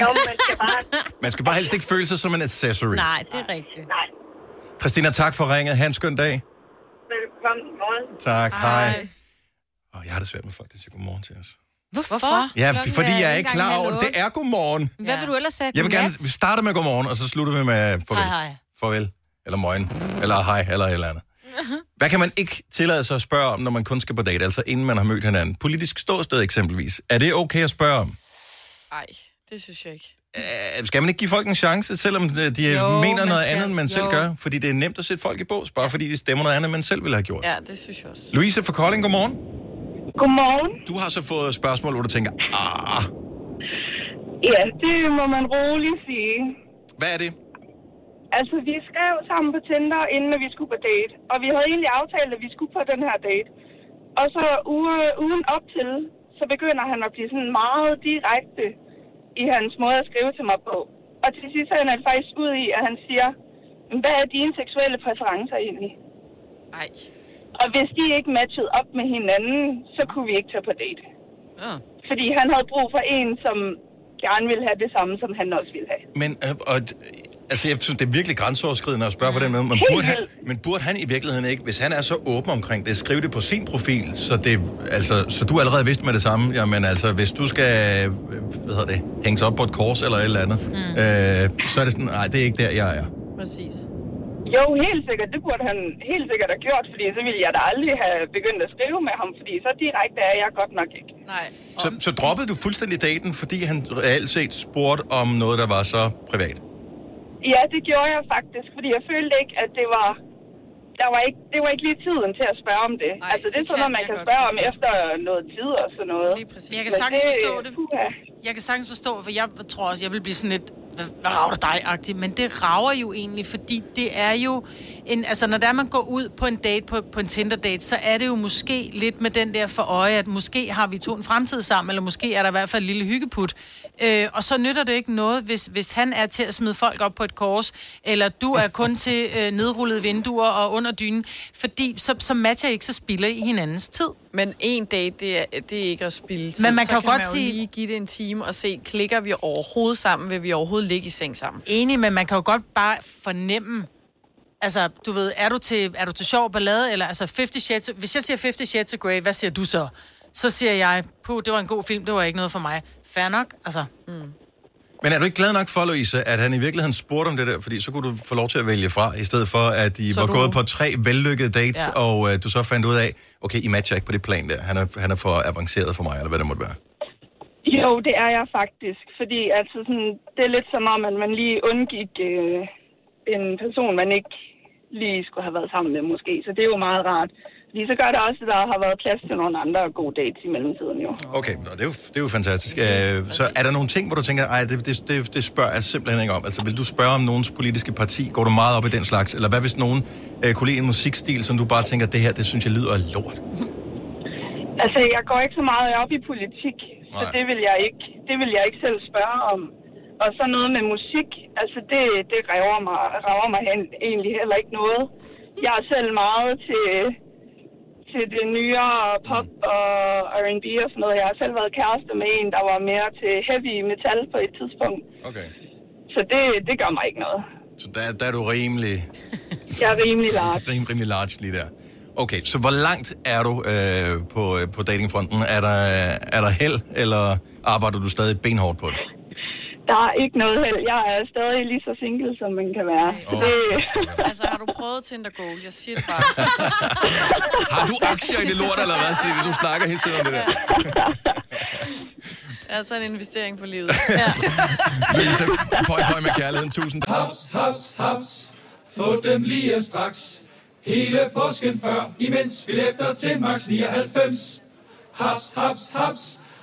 Jo, man skal bare... Man skal bare helst ikke føle sig som en accessory. Nej, det er rigtigt. Nej. Christina, tak for ringet. Ha' en skøn dag. Velkommen i morgen. Tak, hej. Og jeg har det svært med folk, der siger godmorgen til os. Hvorfor? Ja, Klokken fordi jeg er ikke ikke engang klar over halv det. Det er godmorgen. otte. Hvad vil du ellers sige? Jeg vil gerne Godnat? vi starter med godmorgen, og så slutter vi med farvel. Hej, hej. Farvel. Eller morgen. Eller hej, eller et eller andet. Hvad kan man ikke tillade sig at spørge om, når man kun skal på date, altså inden man har mødt hinanden? Politisk ståsted eksempelvis. Er det okay at spørge om? Nej, det synes jeg ikke. Øh, Skal man ikke give folk en chance, selvom øh, de jo, Jo, mener man noget skal. andet, end man jo. selv Jo. gør? Fordi det er nemt at sætte folk i bås, bare fordi de stemmer noget andet, end man selv ville have gjort. Ja, det synes jeg også. Louise fra Kolding, godmorgen. Godmorgen. Du har så fået et spørgsmål, hvor du tænker, ah, Ja, det må man roligt sige. hvad er det? Altså, vi skrev sammen på Tinder, inden at vi skulle på date. Og vi havde egentlig aftalt, at vi skulle på den her date. Og så uge, ugen op til, så begynder han at blive sådan meget direkte i hans måde at skrive til mig på. Og til sidst ender det faktisk ud i, at han siger, "Men hvad er dine seksuelle præferencer egentlig? Nej. Og hvis de ikke matchede op med hinanden, så kunne vi ikke tage på date. Ja. Fordi han havde brug for en, som gerne ville have det samme, som han også ville have. Men, øh, og, altså, jeg synes, det er virkelig grænseoverskridende at spørge på den måde. Men burde, han, men burde han i virkeligheden ikke, hvis han er så åben omkring det, skrive det på sin profil, så, det, altså, så du allerede vidste med det samme, jamen altså, hvis du skal, øh, hvad hedder det, hænges op på et kors eller et eller andet, mm. øh, så er det sådan, nej, det er ikke der, jeg er. Præcis. Jo, helt sikkert. Det burde han helt sikkert have gjort, fordi så ville jeg da aldrig have begyndt at skrive med ham, fordi så direkte er jeg godt nok ikke. Nej. Så, så droppede du fuldstændig daten, fordi han reelt set spurgte om noget, der var så privat? Ja, det gjorde jeg faktisk, fordi jeg følte ikke, at det var... Der var ikke, det var ikke lige tiden til at spørge om det. Ej, altså, det er sådan noget, man kan spørge om efter noget tid og sådan noget. Lige præcis. Men jeg kan sagtens forstå det. Jeg kan sagtens forstå, for jeg tror også, jeg vil blive sådan lidt, hvad, hvad rager det dig-agtigt, men det rager jo egentlig, fordi det er jo, en, altså når der man går ud på en date, på, på en Tinder-date, så er det jo måske lidt med den der for øje, at måske har vi to en fremtid sammen, eller måske er der i hvert fald en lille hyggeput. Øh, og så nytter det ikke noget, hvis, hvis han er til at smide folk op på et kors, eller du er kun til øh, nedrullede vinduer og under dynen, fordi så, så matcher I ikke, så spilder I hinandens tid. Men en date, det er, det er ikke at spille tid. Men man så kan jo kan godt man jo sige- lige give det en time og se, klikker vi overhovedet sammen, vil vi overhovedet ligge i seng sammen. Enig, men man kan jo godt bare fornemme, altså, du ved, er du til, er du til sjov ballade, eller altså 50 Shades, hvis jeg siger 50 Shades of Grey, hvad siger du så? Så siger jeg, puh, det var en god film, det var ikke noget for mig. Fair nok, altså. Mm. Men er du ikke glad nok for, Louise, at han i virkeligheden spurgte om det der, fordi så kunne du få lov til at vælge fra, i stedet for at I Så var du- gået på tre vellykkede dates, ja. Ja. og uh, du så fandt ud af, okay, I matcher ikke på det plan der, han er, han er for avanceret for mig, eller hvad det måtte være. Jo, det er jeg faktisk, fordi altså, sådan, det er lidt som om, at man lige undgik øh, en person, man ikke lige skulle have været sammen med måske, så det er jo meget rart. Fordi så gør det også, at der har været plads til nogle andre gode dates i mellemtiden jo. Okay, nå, det er jo, det er jo fantastisk. Uh, så er der nogle ting, hvor du tænker, ej, det, det, det, det spørger jeg simpelthen ikke om. Altså, vil du spørge om nogens politiske parti? Går du meget op i den slags? Eller hvad hvis nogen uh, kunne lide en musikstil, som du bare tænker, det her, det synes jeg lyder af lort? Altså, jeg går ikke så meget op i politik, så Nej. det vil, jeg ikke, det vil jeg ikke selv spørge om. Og så noget med musik, altså det, det rager mig, rager mig hen, egentlig heller ikke noget. Jeg er selv meget til, til det nyere pop og R&B og sådan noget. Jeg har selv været kæreste med en, der var mere til heavy metal på et tidspunkt. Okay. Så det, det gør mig ikke noget. Så der, der er du rimelig... Jeg er rimelig large. Rim, rimelig large lige der. Okay, så hvor langt er du øh, på, øh, på datingfronten? Er der, øh, er der held, eller arbejder du stadig benhårdt på det? Der er ikke noget held. Jeg er stadig lige så single, som man kan være. Så det, altså, har du prøvet Tinder Gold? Jeg siger det bare. Har du aktier i det lort, eller hvad, Signe? Du snakker hele tiden om det der. Altså en investering på livet. Ja. Louise, pøj, pøj med kærligheden. Tusind tak. Haps, haps, haps. Få dem lige straks. Hele påsken før, imens billetter til max 99. Haps, haps, haps.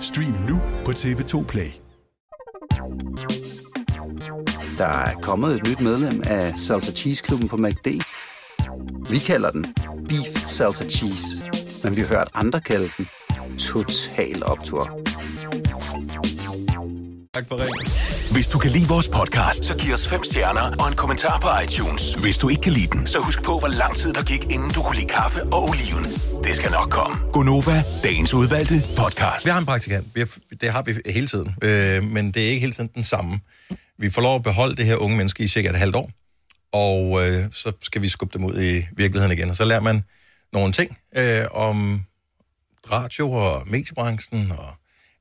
Stream nu på TV2 Play. Der er kommet et nyt medlem af Salsa Cheese Klubben på MACD. Vi kalder den Beef Salsa Cheese, men vi har hørt andre kalde den Total Optor. Tak for ringen. Hvis du kan lide vores podcast, så giv os fem stjerner og en kommentar på iTunes. Hvis du ikke kan lide den, så husk på, hvor lang tid der gik, inden du kunne lide kaffe og oliven. Det skal nok komme. Gonova, dagens udvalgte podcast. Vi har en praktikant. Vi har, det har vi hele tiden. Øh, men det er ikke hele tiden den samme. Vi får lov at beholde det her unge menneske i cirka et halvt år. Og øh, så skal vi skubbe dem ud i virkeligheden igen. Og så lærer man nogle ting øh, om radio og mediebranchen og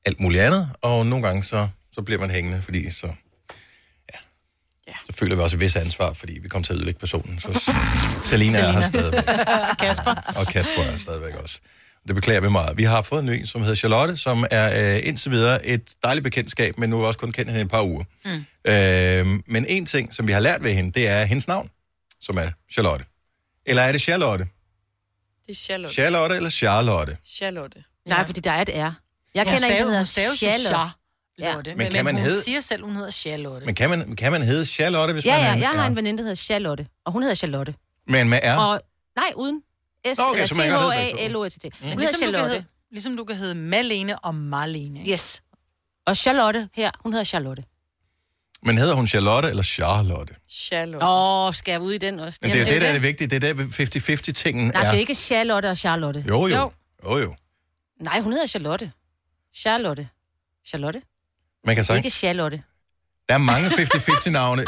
alt muligt andet. Og nogle gange så, så bliver man hængende, fordi så... Ja. Så føler vi også et vis ansvar, fordi vi kom til at ødelægge personen. Så Selina er her stadigvæk. Kasper. Og Kasper er stadigvæk også. Det beklager vi meget. Vi har fået en ny, som hedder Charlotte, som er øh, indtil videre et dejligt bekendtskab, men nu har vi også kun kendt hende i et par uger. Mm. Øh, men en ting, som vi har lært ved hende, det er hendes navn, som er Charlotte. Eller er det Charlotte? Det er Charlotte. Charlotte eller Charlotte? Charlotte. Nej, fordi der er et R. Jeg Hun kender stave- en, der hedder hun staves jo Charlotte. Ja. Men Men kan man hun hedde- siger selv, hun hedder Charlotte. Men kan man, kan man hedde Charlotte, hvis Ja, man er ja, en jeg har R? en veninde, der hedder Charlotte, og hun hedder Charlotte. Men med R? Og, nej, uden. S, Nå, okay, så c man kan godt hedde h a begge l to. o t t Mm. Hun hedder Ligesom du, kan Charlotte. hedde, ligesom du kan hedde Malene og Marlene. Yes. Og Charlotte her, hun hedder Charlotte. Men hedder hun Charlotte eller Charlotte? Charlotte. Åh, skal jeg ud i den også? Men det er jo det, der er det vigtige. Det er der 50-50-tingen Nej, det er er. ikke Charlotte og Charlotte. Jo, jo. Jo, jo. Nej, hun hedder Charlotte. Charlotte. Charlotte? Man kan sige, Ikke Charlotte. der er mange 50-50-navne.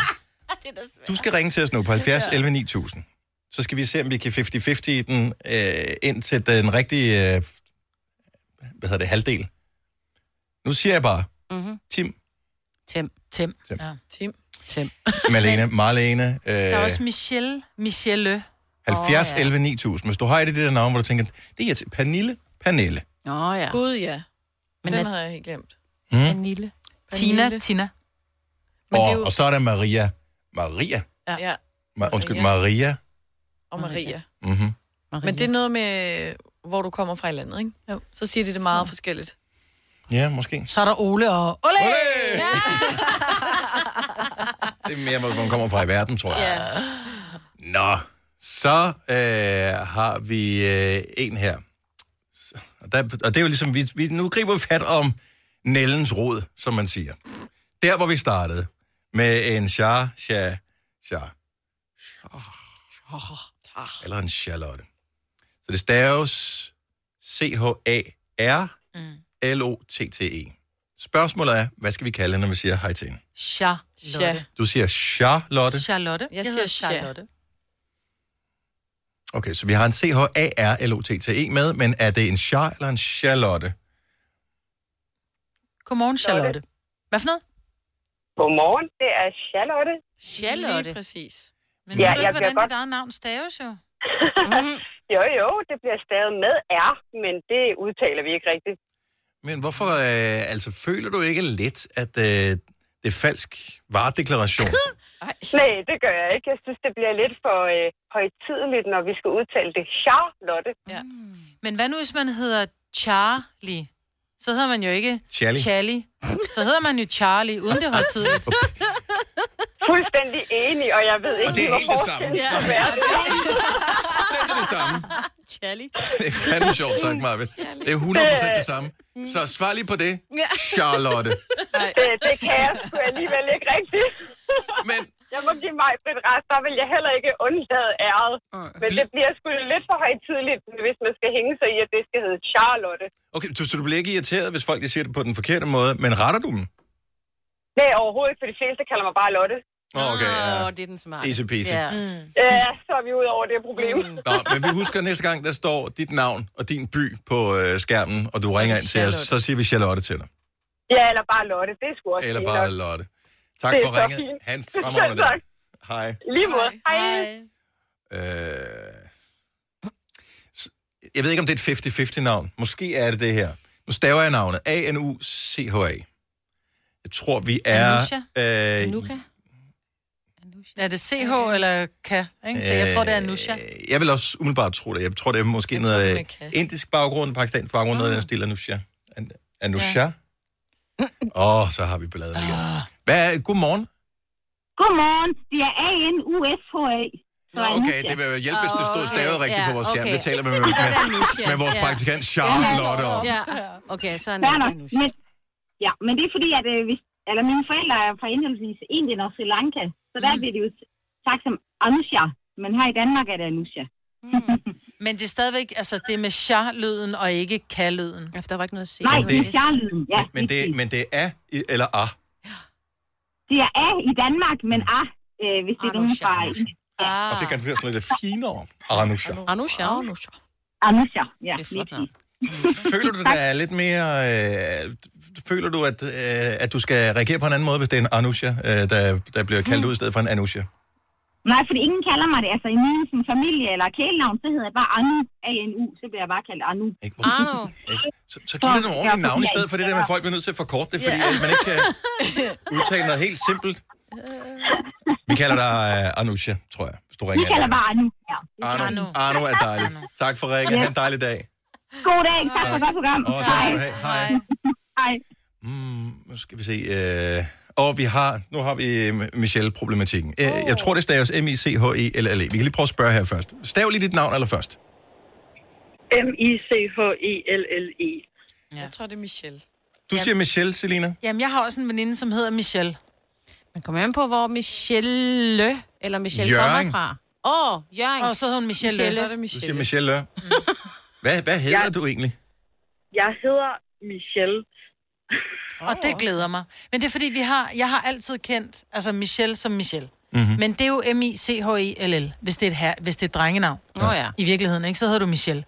Du skal ringe til os nu på 70 Ja. 11 9000. Så skal vi se, om vi kan 50-50 i den, øh, indtil den rigtige, øh, hvad hedder det, halvdel. Nu siger jeg bare, Mm-hmm. Tim, Tim. Tim. Tim. Ja. Tim. Tim. Malene, Marlene, øh, Der er også Michelle. Michelle. 70 Åh, 11 9000. Hvis du har et af de der navne, hvor du tænker, det er til Pernille, Pernille. Nå ja. Gud ja. Men Men den at- havde jeg helt glemt. Mm. Pernille. Tina. Tina. Men det Og, er jo- og så er der Maria. Maria. Ja. ja. Ma- undskyld, Maria. Og Maria. Mm-hmm. Maria. Men det er noget med, hvor du kommer fra i landet, ikke? Jo. Så siger de det meget ja. forskelligt. Ja, måske. Så er der Ole og... Ole! Ole! Ja. Det er mere, hvor man kommer fra i verden, tror jeg. Nå, så øh, har vi øh, en her. Og, der, og det er jo ligesom, vi, vi nu griber vi fat om Nellens rod, som man siger. Der, hvor vi startede med en sja, sja, sja, eller en Charlotte. Så det staves C-H-A-R-L-O-T-T-E. E. Spørgsmålet er, hvad skal vi kalde hende, når vi siger hej til hende? Charlotte. Du siger Charlotte. Charlotte. Jeg hedder siger Sha. Charlotte. Okay, så vi har en C-H-A-R-L-O-T-T-E E med, men er det en Char eller en Charlotte? Godmorgen, Charlotte. Hvad for noget? Godmorgen, det er Charlotte. Charlotte. Lige præcis. Men Ja, ja, ved du jeg ikke, bliver hvordan godt- dit eget navn staves jo? jo, jo, det bliver stadig med R, men det udtaler vi ikke rigtigt. Men hvorfor, øh, altså føler du ikke lidt, at øh, det er falsk varedeklaration? Nej, det gør jeg ikke. Jeg synes, det bliver lidt for øh, højtideligt, når vi skal udtale det. Charlotte. Ja. Men hvad nu, hvis man hedder Charlie? Så hedder man jo ikke Charlie. Charlie. Så hedder man jo Charlie, uden det højtideligt. Fuldstændig enig, og jeg ved ikke, det er hvor helt det samme. forskellen Ja. skal være. det er det samme. Charlie. Det er fandme sjovt sagt, Marvind. Det er 100% det samme. Så svar lige på det, Charlotte. Det, det kan jeg sgu alligevel ikke rigtigt. Men... Jeg må give mig et ret, der vil jeg heller ikke undlade æret. Men det bliver sgu lidt for højtidligt, hvis man skal hænge sig i, at det skal hedde Charlotte. Okay, så så du bliver ikke irriteret, hvis folk de siger det på den forkerte måde, men retter du dem? Det er overhovedet ikke, for de fleste kalder mig bare Lotte. Åh, Okay, ja. det er den smarte. Easy peasy. Ja, mm. ja så er vi ud over det problem. Mm. Nå, men vi husker næste gang, der står dit navn og din by på øh, skærmen, og du ringer ind til os, Charlotte. så siger vi Charlotte til dig. Ja, eller bare Lotte. Det er sgu også Eller fint bare nok. Lotte. Tak Det er for så ringet. fint. Ha' en fremragende Tak. dag. Hej. I Lige måde. Hej. Hej. Øh, s- jeg ved ikke, om det er et 50-50 navn. Måske er det det her. Nu staver jeg navnet. A-N-U-C-H-A. Jeg tror, vi er... Anusha? Øh, Anuka? Er det CH eller K? Ikke? Så jeg tror, det er Anusha. Øh, jeg vil også umiddelbart tro det. Jeg tror, det er måske jeg noget man øh, kan. indisk baggrund, pakistansk baggrund, noget af den stil Anusha. An- Anusha? Åh, oh, så har vi balladen igen. Hvad er, godmorgen. Godmorgen, det er A-N-U-S-H-A. Så er Okay, Nusja. det ville hjælpe, hvis det stod stavet rigtigt på vores skærm. Vi taler med, med, Så er det med, Nusja. med vores Ja. praktikant Charlotte. om. Ja, okay, så er Fair det nok. Men, ja, men det er fordi, at øh, hvis, eller mine forældre er fra indholdsvis Indien og Sri Lanka, så der bliver det jo sagt som Anusha, men her i Danmark er det Anusha. Men det er stadigvæk, altså det er med sja-lyden og ikke ka-lyden. Ja, der var ikke noget at se. Men det- Charlotte, ja. Men det, men det er A eller A. Det er A i Danmark, men A, øh, hvis det er nogen fra Indien. Og Ah. det kan blive sådan lidt finere. Anusha. Anusha. Anusha, ja. Det er flot, Føler du, der er lidt mere... Øh, føler du, at, øh, at du skal reagere på en anden måde, hvis det er en Anusha, øh, der, der bliver kaldt Mm. ud i stedet for en Anusha? Nej, fordi ingen kalder mig det. Altså i min sådan, familie eller kælenavn, så hedder jeg bare Anu. A-N-U, så bliver jeg bare kaldt Anu. Anu. Så, så giv det nogle ordentlige navne i stedet for det der, man folk bliver nødt til at forkorte det, fordi Ja. øh, man ikke kan udtale noget helt simpelt. Vi kalder dig øh, Anusha, tror jeg, hvis du Vi ringer. ind. kalder bare Anu. Ja. Arno. Arno er dejligt. Tak for ringen. Ha' en dejlig dag. God dag. Tak for godt program. Åh, tak skal du have. Hej. Hej. Mm, Nu skal vi se. Øh... Og vi har, nu har vi øh, Michelle-problematikken. Øh, Jeg tror, det staves M-I-C-H-E-L-L-E. E. Vi kan lige prøve at spørge her først. Stav lige dit navn aller først. E M-I-C-H-E-L-L-E. Ja. Jeg tror, det er Michelle. Du siger Michelle, Selina. Jamen, jeg har også en veninde, som hedder Michelle. Man kommer an på, hvor Michelle eller Michelle Hjørring. kommer fra. Åh, oh, Jørgen. Og så hedder hun Michelle. Så er det Du siger Michelle. Hvad, hvad hedder du egentlig? Jeg hedder Michelle. Og det glæder mig. Men det er fordi, vi har, jeg har altid kendt altså Michelle som Michelle. Mhm. Mm-hmm. Men det er jo M-I-C-H-E-L-L, E hvis det er et, her, hvis det er et drengenavn. Nå ja. I virkeligheden, ikke? Så hedder du Michelle.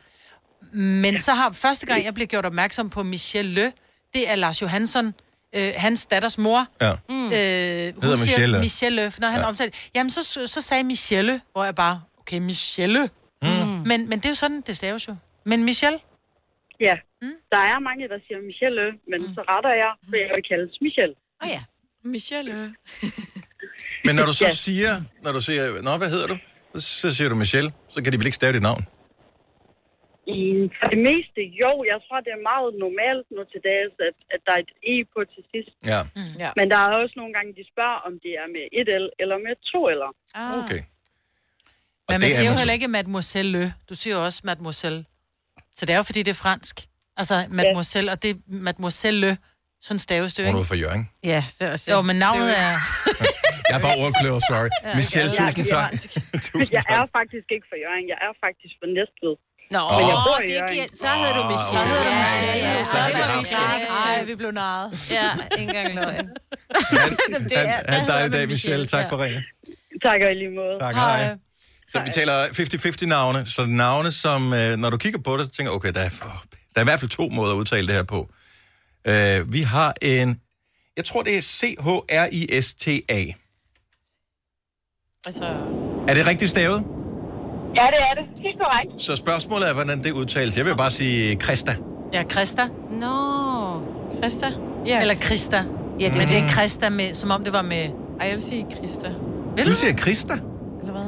Men så har første gang, jeg blev gjort opmærksom på Michelle, det er Lars Johansson, øh, hans datters mor. Ja. Mm. Øh, hun hedder Michelle. siger Michelle, for når han Ja. ja. omtalte Jamen, så, så- så sagde Michelle, hvor jeg bare, okay, Michelle. Mm. Men, men det er jo sådan, det staves jo. Men Michelle? Ja, mm. der er mange, der siger Michelle, men mm. så retter jeg, for jeg vil kaldes Michelle. Åh oh, ja. Michelle. Men når du så siger, når du siger, nå, hvad hedder du? Så siger du Michelle. Så kan de vel ikke stave dit navn? Mm, For det meste, jo, jeg tror, det er meget normalt nu til dags, at, at der er et E på til sidst. Ja. Ja. Men der er også nogle gange, de spørger, om det er med et L eller med to L'er. Ah. Okay. Men det man er siger jo man så. heller ikke mademoiselle. Du siger jo også mademoiselle. Så det er jo, fordi det er fransk. Altså, mademoiselle, og det er mademoiselle. Sådan staves det jo, Hvor er du ikke? fra Jørgen? Ja, det er også... Jo, men navnet Det er... Jeg er bare ordkløver, sorry. Ja. Michelle, Ja, tusind ja. tak. Tusind jeg er faktisk ikke fra Jørgen, jeg er faktisk fra Næstved. Nå, men jeg Åh, bor i det Hjørring. giver, så hedder du Michelle. Så hedder du Michelle. Ja, Så havde vi haft det. Ej, vi blev narret. Ja, ikke engang løgn. Det er, han, han dejlig dag, Michelle. Tak for ringen. Tak og i lige måde. Tak, hej. Så vi taler 50-50 navne. Så navne, som øh, når du kigger på det, så tænker okay, der er, for, der er i hvert fald to måder at udtale det her på. Øh, vi har en, jeg tror det er C-H-R-I-S-T-A. Altså, Er det rigtigt stavet? Ja, det er det. Helt korrekt. Så spørgsmålet er, hvordan det udtales. Jeg vil bare sige Krista. Ja, Christa. Nå. Krista? Ja. Eller Krista. Ja, det, Men det er Krista, med, som om det var med... Ej, jeg vil sige Krista. Vil du siger Krista? Eller hvad?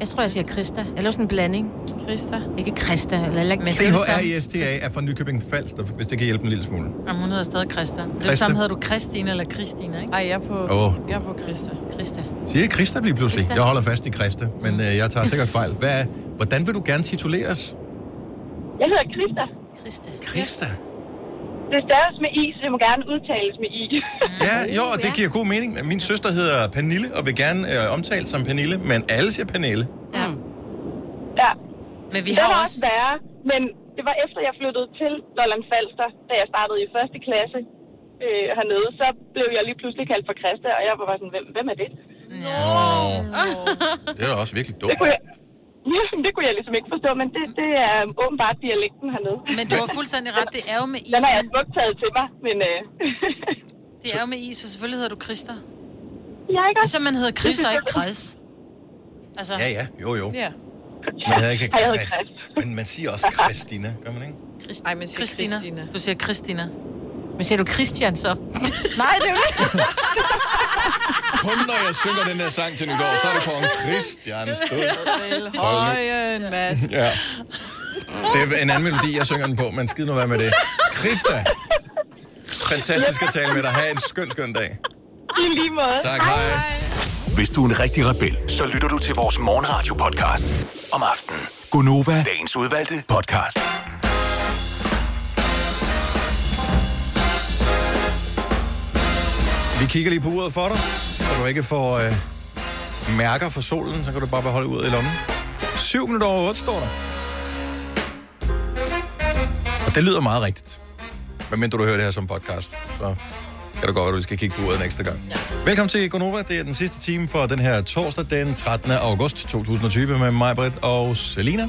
Jeg tror, jeg siger Krista. Eller sådan en blanding. Krista. Ikke Krista, eller heller ikke C-H-R-I-S-T-A er fra Nykøbing Falster, hvis det kan hjælpe en lille smule. Jamen, hun hedder stadig Krista. Men Det er Krista. samme, hedder du Kristine eller Kristina, ikke? Ej, jeg er på, Åh. jeg er på Krista. Krista. Siger jeg Krista lige pludselig? Krista. Jeg holder fast i Krista, men øh, jeg tager sikkert fejl. Hvad, er- hvordan vil du gerne tituleres? Jeg hedder Krista. Krista. Krista? Det er stadig med i, så det må gerne udtales med i. Mm. Ja, jo, og det giver god mening. Min søster hedder Pernille, og vil gerne øh, omtales som Pernille, men alle siger Pernille. Ja. ja. Men vi har det var også- også værre, men det var efter, jeg flyttede til Lolland Falster, da jeg startede i første klasse øh, hernede, så blev jeg lige pludselig kaldt for Krista, og jeg var bare sådan, hvem, hvem er det? Åh, det er da også virkelig dumt. Det kunne jeg, ja, det kunne jeg ligesom ikke forstå, men det, det er åbenbart dialekten hernede. Men du har fuldstændig ret, det er jo med i. Den har jeg smukt taget til mig, men øh, Det er jo med I, så selvfølgelig hedder du Krista. jeg er ikke Ligesom man hedder Chris og ikke Chris. Altså. Ja, ja, jo, jo. Ja. Man hedder ikke Ej, jeg hedder Krist. Men man siger også Kristina, gør man ikke? Ej, men siger Christina. Christina. Du siger Christina. Men siger du Christian så? Nej, det er jo Kun når jeg synger den der sang til nytår, så er det kong Christian Stød. Til højen, Mads. Ja. Det er en anden melodi, jeg synger den på, men skid nu være med det. Krista, fantastisk at tale med dig. Ha' en skøn, skøn dag. I lige måde. Tak, hej. Hvis du er en rigtig rebel, så lytter du til vores morgenradio-podcast om aftenen. Gunova, dagens udvalgte podcast. Vi kigger lige på uret for dig, så du ikke får øh, mærker fra solen. Så kan du bare beholde uret i lommen. 7 minutter over 8 står der. Og det lyder meget rigtigt. Hvad mindre du hører det her som podcast, så kan det godt være, at du lige skal kigge på uret en ekstra gang. Ja. Velkommen til Gonova. Det er den sidste time for den her torsdag, den 13. august 2020, med mig, Britt og Selina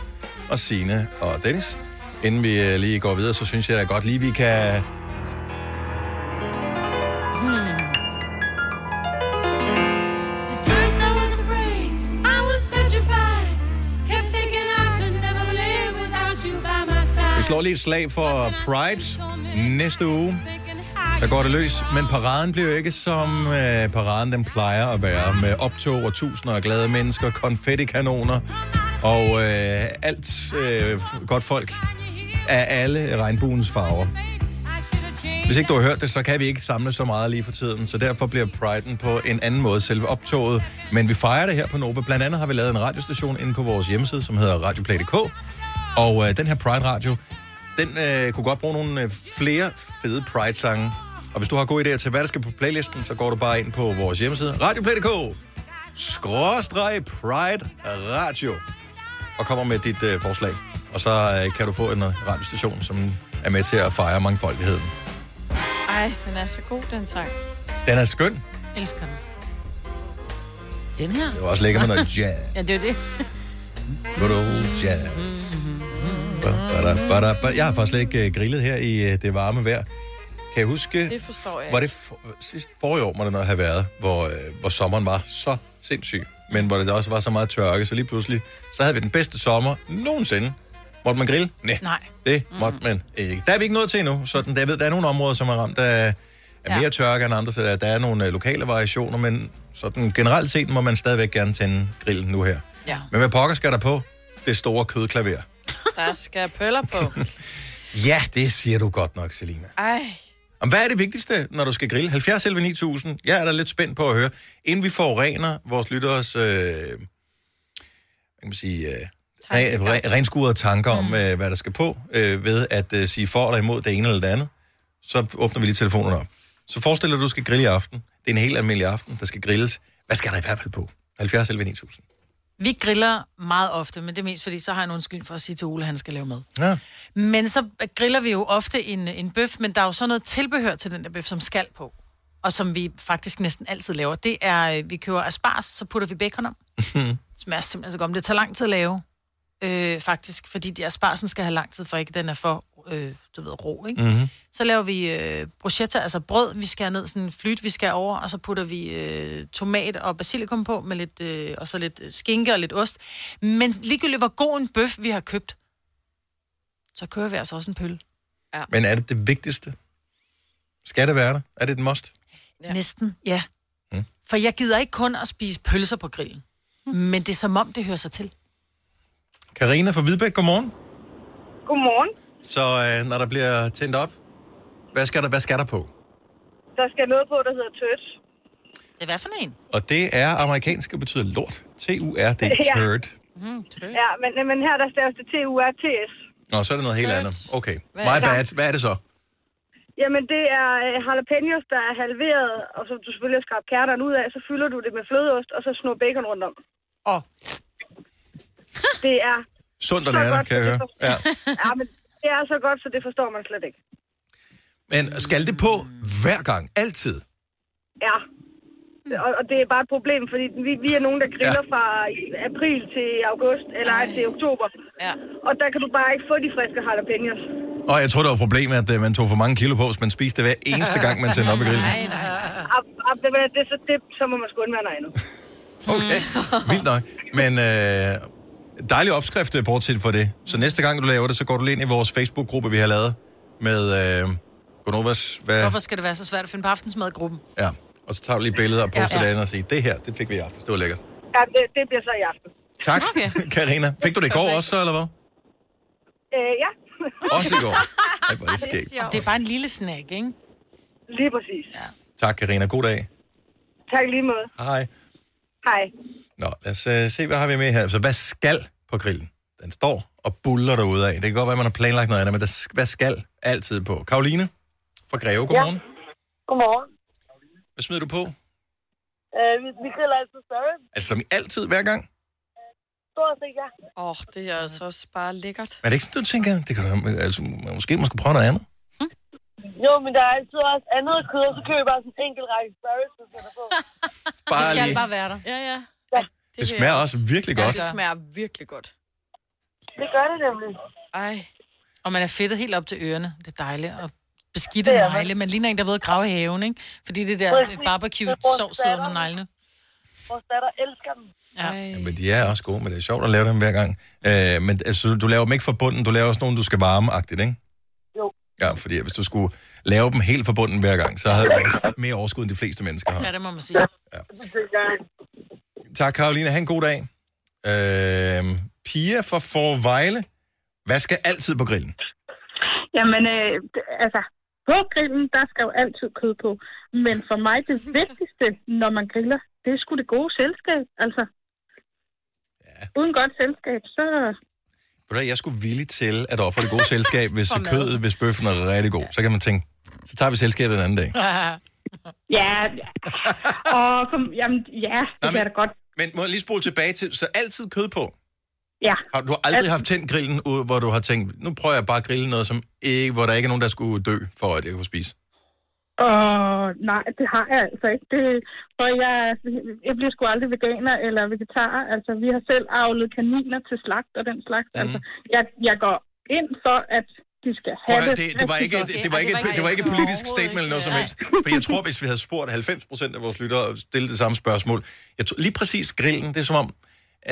og Sine og Dennis. Inden vi øh, lige går videre, så synes jeg da godt lige, vi kan First I was afraid, I was petrified. Kept thinking I could never live without you by my side. Vi slår lige et slag for Pride næste uge. Der går det løs, men paraden bliver jo ikke som øh, paraden den plejer at være, med optog og tusinder af glade mennesker, konfettikanoner og øh, alt øh, godt folk af alle regnbuens farver. Hvis ikke du har hørt det, så kan vi ikke samle så meget lige for tiden, så derfor bliver Pride'en på en anden måde selve optoget. Men vi fejrer det her på Nova. Blandt andet har vi lavet en radiostation inde på vores hjemmeside, som hedder radioplay.dk. Og øh, den her Pride-radio, den øh, kunne godt bruge nogle øh, flere fede Pride-sange. Og hvis du har gode idéer til, hvad der skal på playlisten, så går du bare ind på vores hjemmeside, radioplay.dk, skråstreg Pride Radio, og kommer med dit øh, forslag. Og så øh, kan du få en øh, radiostation, som er med til at fejre mangfoldigheden. Ej, den er så god, den sang. Den er skøn. Elsker den. Den her? Det var også lækker med noget jazz. ja, det er jo det. Good old jazz. Ba, ba, da, ba, da, ba. Jeg har faktisk slet ikke øh, grillet her i øh, det varme vejr. Kan jeg huske, Det forstår jeg var ikke. det for, sidst forrige år, må det nok have været, hvor, øh, hvor sommeren var så sindssyg, men hvor det også var så meget tørke, så lige pludselig, så havde vi den bedste sommer nogensinde. Måtte man grille? Næh, Nej. det måtte man ikke. Der er vi ikke nået til endnu, så den, der, ved, der er nogle områder, som er ramt af, af mere tørke end andre, så der, der er nogle øh, lokale variationer, men sådan, generelt set må man stadigvæk gerne tænde grillen nu her. Ja, Men hvad pokker skal der på? Det store kødklaver. der skal pøller på. Ja, det siger du godt nok, Selina. Ej, Om hvad er det vigtigste, når du skal grille? 70 11 9000. Jeg er da lidt spændt på at høre. Inden vi forurener vores lytteres, øh, hvad kan man sige, øh, re, re, renskurede tanker om, øh, hvad der skal på, øh, ved at øh, sige for eller imod det ene eller det andet, så åbner vi lige telefonen op. Så forestil dig, at du skal grille i aften. Det er en helt almindelig aften, der skal grilles. Hvad skal der i hvert fald på? 70 11 9000. Vi griller meget ofte, men det er mest fordi, så har jeg en undskyldning for at sige til Ole, at han skal lave mad. Ja. Men så griller vi jo ofte en, en bøf, men der er jo sådan noget tilbehør til den der bøf, som skal på. Og som vi faktisk næsten altid laver. Det er, øh, vi køber aspars, så putter vi bacon om. Det smager simpelthen så godt, men det tager lang tid at lave. Øh, faktisk, fordi de asparsen skal have lang tid, for ikke den er for, øh, du ved, rå, ikke? Mhm. Så laver vi øh, bruschetta, altså brød, vi skærer ned, sådan en flyt, vi skærer over, og så putter vi øh, tomat og basilikum på, med lidt, øh, og så lidt øh, skinke og lidt ost. Men ligegyldigt, hvor god en bøf vi har købt, så kører vi altså også en pøl. Men er det det vigtigste? Skal det være der? Er det et must? Ja. Næsten, ja. Mm. For jeg gider ikke kun at spise pølser på grillen. Mm. Men det er som om, det hører sig til. Karina fra Hvidbæk, godmorgen. Godmorgen. Så øh, når der bliver tændt op, hvad skal der, hvad skal der på? Der skal noget på, der hedder tørt. Det er hvad for en? Og det er amerikansk og betyder lort. T-U-R-D, Ja. turd. Mm, ja, men, men her der staves det T-U-R-T-S. Nå, så er det noget helt andet. Okay. Hvad My er det? bad. Hvad er det så? Jamen, det er øh, jalapenos, der er halveret, og så du selvfølgelig har skrabt kernerne ud af, så fylder du det med flødeost, og så snor bacon rundt om. Åh. Det er Sundt og nærende, kan jeg høre. Ja. ja, men det er så godt, så det forstår man slet ikke. Men skal det på hver gang? Altid? Ja. Og, og det er bare et problem, fordi vi, vi er nogen, der griller Mm. ja. fra april til august, eller ej, til oktober. Ja. Og der kan du bare ikke få de friske jalapenos. Og jeg tror, det var problemet, at øh, man tog for mange kilo på, hvis man spiste det hver eneste gang, man tændte op i grillen. Nej, nej. Ab, ab, det, det, det, så, det, så må man sgu undvære noget andet. Okay, vildt nok. Men øh, dejlig opskrift, øh, bortset for det. Så næste gang, du laver det, så går du lige ind i vores Facebook-gruppe, vi har lavet med øh, Gonovas. Hvad? Hvorfor skal det være så svært at finde på aftensmadgruppen? Ja. Og så tager du lige billeder og Ja. poster ja, Ja. ja. det andet og siger, det her, det fik vi i aften. Det var lækkert. Ja, det, det bliver så i aften. Tak, Karina. Fik du det i går også, så, eller hvad? Øh, ja. Også i går. Ej, hvor er det skægt. Det er bare en lille snack, ikke? Lige præcis. Ja. Tak, Karina. God dag. Tak lige måde. Hej. Hej. Nå, lad os øh, se, hvad har vi med her. Så hvad skal på grillen? Den står og buller derude af. Det kan godt være, at man har planlagt noget andet, men der, sk- hvad skal altid på? Karoline fra Greve, godmorgen. Ja. Godmorgen. Hvad smider du på? Øh, vi, vi griller altså større. Altså som i altid, hver gang? Stort set, ja. Åh, oh, det er altså også bare lækkert. Men er det ikke sådan, du tænker, det kan du, altså, måske man skal prøve noget andet? Jo, men der er altid også andet kød, og så køber jeg bare sådan en enkelt række størrelse, du sætter på. Bare skal lige. bare være der. Ja, ja. ja. Det smager også virkelig godt. Ja, det smager virkelig godt. Det gør det nemlig. Ej. Og man er fedtet helt op til ørerne. Det er dejligt at beskidte negle. Man ligner en, der er ved at grave i haven, ikke? Fordi det der Præcis. barbecue sovs sidder under neglene. Vores datter elsker dem. Ja. Men de er også gode, men det er sjovt at lave dem hver gang. Øh, men altså, du laver dem ikke fra bunden, du laver også nogle, du skal varme-agtigt, ikke? Jo. Ja, fordi hvis du skulle lave dem helt fra bunden hver gang, så havde du også mere overskud, end de fleste mennesker har. Ja, det må man sige. Tak, Karoline. Ha' en god dag. Øh, Pia fra Forvejle. Hvad skal altid på grillen? Jamen, øh, d- altså, på grillen, der skal jo altid kød på. Men for mig, det vigtigste, når man griller, det er sgu det gode selskab, altså. Ja. Uden godt selskab, så... Ved du hvad, Jeg skulle villig til at ofre det gode selskab, hvis For mad. kødet, hvis bøffen er rigtig god. Så kan man tænke, så tager vi selskabet en anden dag. Ja, og for, jamen, ja, det kan jeg da godt. Men må jeg lige spole tilbage til, så altid kød på. Ja. Har du aldrig haft tændt grillen, ud, hvor du har tænkt, nu prøver jeg bare at grille noget, som ikke, hvor der ikke er nogen, der skulle dø, for at jeg kunne spise? Og nej, det har jeg altså ikke. Det, for jeg, jeg bliver sgu aldrig veganer eller vegetar. Altså, vi har selv avlet kaniner til slagt og den slags. Mm. Altså, jeg, jeg går ind for, at de skal Prøv have at, høre, det. det, det, var rigtig ikke, godt. det, det, var ikke, et- det var ikke et politisk statement eller noget som helst. For jeg tror, hvis vi havde spurgt 90 procent af vores lyttere og stillet det samme spørgsmål, jeg tror, lige præcis grillen, det er som om,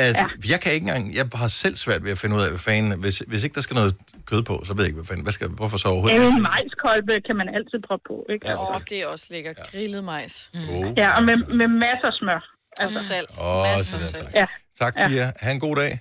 at ja. jeg kan ikke engang, jeg har selv svært ved at finde ud af, hvad fanden, hvis, hvis ikke der skal noget kød på, så ved jeg ikke, hvad fanden, hvad skal, hvorfor så Ja, overhovedet? en majskolbe kan man altid proppe på, ikke? Ja, okay. Og det er også lækkert. Ja. Grillet majs. Mm. Altså- Oh. Ja, og med, med masser af smør. Og salt. Åh, Masser af sådan salt. Ja. altså- Tak, Ja. Pia. Ha' en god dag.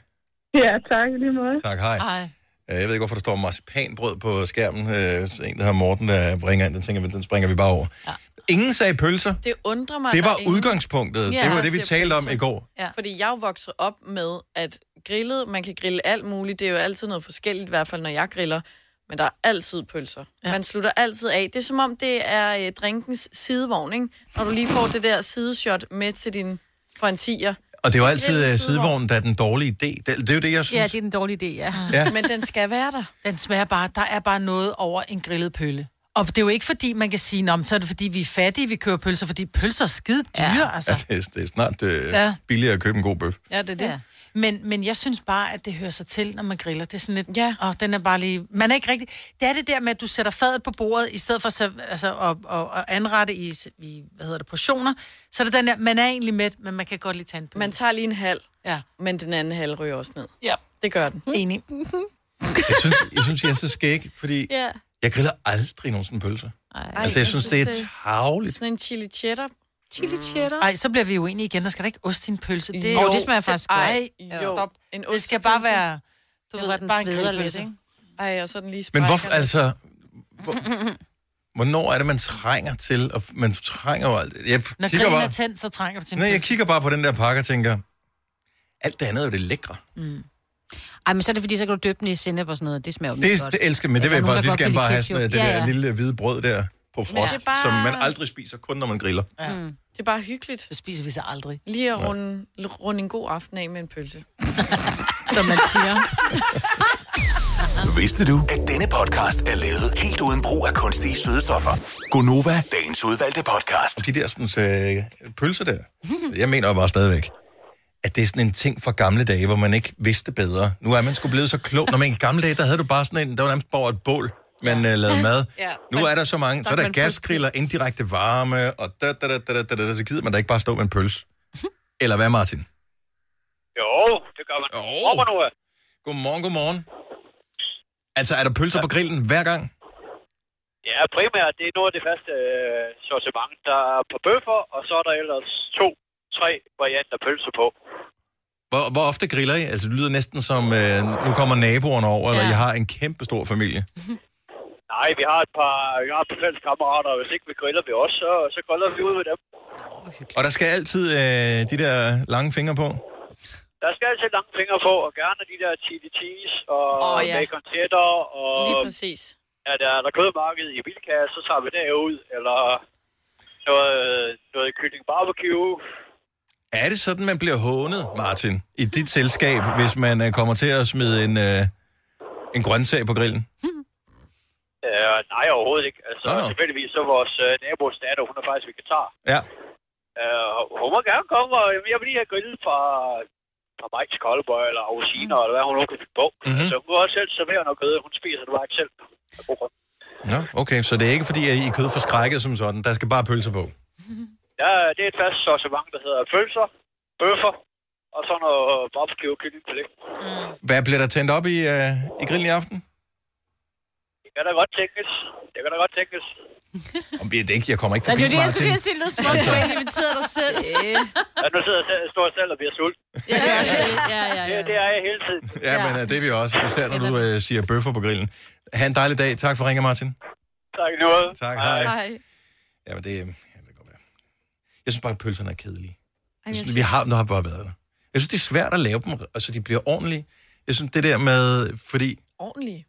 ja, tak i lige måde. Tak, hej. Hej. Øh, Jeg ved ikke, hvorfor der står marcipanbrød på skærmen. Øh, så En, der hedder Morten, der bringer ind, den tænker, vi, den springer vi bare over. Ja. Ingen sagde pølser. Det undrer mig. Det der var ingen- udgangspunktet. Ja, Det var det, vi siger talte om pølser. i går. Ja. Fordi jeg er jo vokset op med, at grillet, man kan grille alt muligt. Det er jo altid noget forskelligt, i hvert fald når jeg griller. Men der er altid pølser. Ja. Man slutter altid af. Det er som om, det er øh, drinkens sidevogn, ikke? Når du lige får det der sideshot med til din for en tiger. Og det var altid uh, Grillet sidevognen, der er den dårlige idé. Det, det er jo det, jeg Ja, synes. det er den dårlige idé, ja. Ja. Men den skal være der. Den smager bare, der er bare noget over en grillet pølle. Og det er jo ikke fordi, man kan sige, "Nå, men så er det fordi, vi er fattige, vi køber pølser, fordi pølser er skide dyre, ja. altså. Ja, det, er, det er snart øh, Ja. ja. billigere at købe en god bøf. Ja, det er det. Ja. Ja. Men, men jeg synes bare, at det hører sig til, når man griller. Det er sådan lidt, ja. og den er bare lige... Man er ikke rigtig... Det er det der med, at du sætter fadet på bordet, i stedet for så, altså, at, at, at anrette i, i, hvad hedder det, portioner. Så er det den der, man er egentlig mæt, men man kan godt lige tage en pøl. Man tager lige en halv, ja. men den anden halv ryger også ned. Ja. Det gør den. Enig. Jeg synes, jeg synes, jeg er så skæg, fordi ja. jeg griller aldrig nogensinde pølser. Ej, altså, jeg synes, det er tavligt. Sådan en chili cheddar. Chili cheddar? Ej, så bliver vi uenige igen. Der skal da ikke ost i en pølse. Det, jo, det smager faktisk godt. Ej, Ej, jo. stop. En Det skal bare ostepølse. være, du Den ved, var den bare en sveder grillpølse, lidt, ikke? Ej, og så den lige Men sprækker hvorfor, lidt. altså, hvornår er det, man trænger til? Og man trænger jo alt. Jeg Når kigger grillen er bare, tændt, så trænger du til en nej, jeg pølse. kigger bare på den der pakke og tænker, alt det andet er jo det lækre. Mm. Ej, men så er det fordi, så kan du døbe den i sennep og sådan noget. Det smager jo vildt Det, godt. det elsker men det Ja, vil jeg der er faktisk lige nogen, der skal godt bare kan have lide sådan øh, ketchup. det der lille hvide brød der på frost, det er bare- som man aldrig spiser, kun når man griller. Ja. Mm. Det er bare hyggeligt. Det spiser vi så aldrig. Lige at runde, runde en god aften af med en pølse. Som man siger. Vidste du, at denne podcast er lavet helt uden brug af kunstige sødestoffer? Gonova, Dagens udvalgte podcast. Og de der sådan, øh, pølser der, jeg mener jo bare stadigvæk, at det er sådan en ting fra gamle dage, hvor man ikke vidste bedre. Nu er man sgu blevet så klog. Når man i gamle dage, der havde du bare sådan en, der var nærmest bare et bål, man øh, lavede mad. Ja. Nu er der så mange, så er Stak der man pølse. gasgriller, indirekte varme, og da, da, da, da, da, da, da, så gider man da ikke bare stå med en pølse. Eller hvad, Martin? Jo, det gør man. Jo. nu, øh? Godmorgen, godmorgen. Altså, er der pølser på grillen hver gang? Ja, primært, det er noget af det faste øh, sortiment. Der er på bøffer, og så er der ellers to, tre varianter pølser på. Hvor, hvor ofte griller I? Altså, det lyder næsten som, øh, nu kommer naboerne over, eller I har en kæmpe stor familie. Nej, vi har et par, vi har et par fælles kammerater, og hvis ikke vi griller vi også, så, så griller vi ud med dem. Og der skal altid øh, de der lange fingre på. Der skal altid lange fingre på, og gerne de der chili cheese og Åh, oh, ja. ja. bacon cheddar. Og Lige præcis. Ja, der er der kødmarked i Bilka, så tager vi derud, eller noget, noget kylling barbecue. Er det sådan, man bliver hånet, Martin, i dit selskab, hvis man øh, kommer til at smide en, øh, en grøntsag på grillen? Øh, nej, overhovedet ikke. Altså, tilfældigvis så vores øh, nabos datter, hun er faktisk vegetar. Ja. Øh, og hun må gerne komme, og jeg vil lige have grillet fra, fra Mike's Koldbøj, eller Rosiner, mm. eller hvad hun nu kan finde på. Mm. Mm-hmm. mhm. Så hun kan også selv servere noget kød, hun spiser det bare ikke selv. Nå, okay, så det er ikke fordi, at I er kød for skrækket som sådan. Der skal bare pølser på. Ja, det er et fast sortiment, der hedder pølser, bøffer, og så noget barbecue kylling på det. Hvad bliver der tændt op i, øh, i grillen i aften? Det kan da godt tænkes. Det kan da godt tænkes. Om det er det ikke, jeg kommer ikke Ja, det forbi, er det, jeg Martin. skulle Jeg siger, det lyder smukt, Altså. du har inviteret dig selv. Ja, nu sidder jeg selv- står jeg selv og bliver sulten. Ja, det er også det. Ja, ja, ja. Det, det er jeg hele tiden. Ja, men øh, det er vi også, især når du øh, siger bøffer på grillen. Ha' en dejlig dag. Tak for ringen, Martin. Tak, i lige måde. Tak, hej. Ja, men det, øh, ja, det kan godt være. Jeg synes bare, at pølserne er kedelige. Jeg synes, vi har, der har bare været der. Jeg synes, det er svært at lave dem, altså de bliver ordentlige. Jeg synes, det der med, fordi, Ordentligt.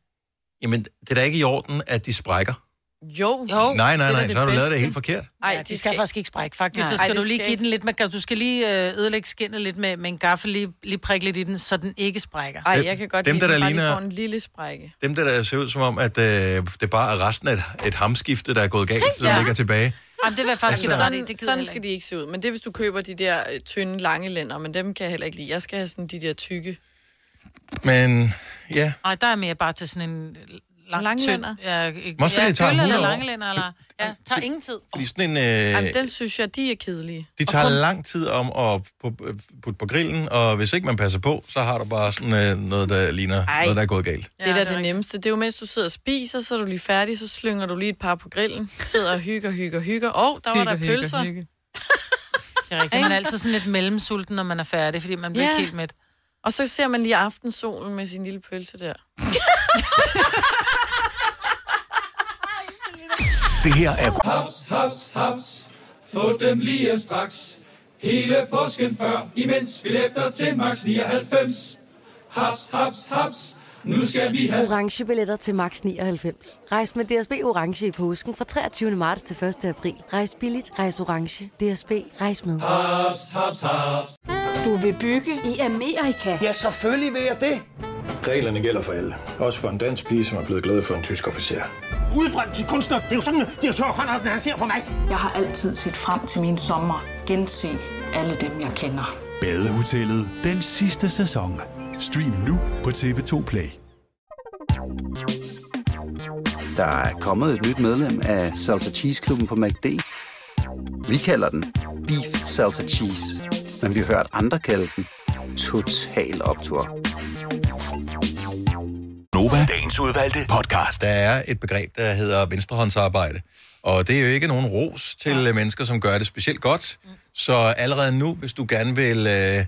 jamen, det er da ikke i orden, at de sprækker. Jo. jo. nej, nej, nej, så har du lavet det helt forkert. Nej, ja, de skal faktisk ikke sprække. Faktisk, Nej. så Ej, skal det du lige skal give ikke. den lidt, man, kan- du skal lige øh, ødelægge skinnet lidt med, med en gaffel, lige, lige prikke lidt i den, så den ikke sprækker. Ej, jeg kan godt Dem, lide, der den der bare lige ligner- får en lille sprække. Dem der, der ser ud som om, at øh, det bare er resten af et, et hamskifte, der er gået galt, som Ja. ligger tilbage. Jamen, det vil jeg faktisk faktisk give dig ret i. Altså, Det sådan, gider sådan jeg skal de ikke se ud. Men det er, hvis du køber de der øh, tynde, lange lænder, men dem kan jeg heller ikke lide. Jeg skal have sådan de der tykke. Øh. Men ja, Nej, der er mere bare til sådan en lang, Langlænder. tynd- Ja, ikke- Måske ja, det tager kølle 100 eller år. langlænder, eller... Ja, tager ingen tid. fordi sådan en... Øh, Jamen, dem synes jeg, de er kedelige. de tager lang tid om at pu- øh, putte på grillen, og hvis ikke man passer på, så har du bare sådan øh, noget, der ligner Ej. noget, der er gået galt. Det er da det, nemmeste. Det er jo, mens du sidder og spiser, så er du lige færdig, så slynger du lige et par på grillen, sidder og hygger, hygger, hygger. Åh, oh, der var Hygger, der hygger, pølser. hygger. Det er rigtigt. Man er altid sådan lidt mellemsulten, når man er færdig, fordi man bliver Ja. ikke helt mæt. Og så ser man lige aftensolen med sin lille pølse der. Det her er... Haps, haps, haps. Få dem lige straks. Hele påsken før, imens billetter til max 99. Haps, haps, haps. Nu skal vi have Orange billetter til max 99. Rejs med DSB Orange i påsken fra 23. marts til 1. april. Rejs billigt, rejs orange. DSB, rejs med. Haps, haps, haps. Du vil bygge i Amerika? Ja, selvfølgelig vil jeg det. Reglerne gælder for alle. Også for en dansk pige, som er blevet glad for en tysk officer. Udbrændt til kunstner. Det er jo sådan, at de har tørt, han ser på mig. Jeg har altid set frem til min sommer, gense alle dem, jeg kender. Badehotellet den sidste sæson. Stream nu på TV2 Play. Der er kommet et nyt medlem af Salsa Cheese Klubben på MACD. Vi kalder den Beef Salsa Cheese, men vi har hørt andre kalde den Total Optor. Nova, dagens udvalgte podcast. Der er et begreb, der hedder venstrehåndsarbejde, Og det er jo ikke nogen ros til ja. mennesker, som gør det specielt godt. Mm. Så allerede nu, hvis du gerne vil... Øh,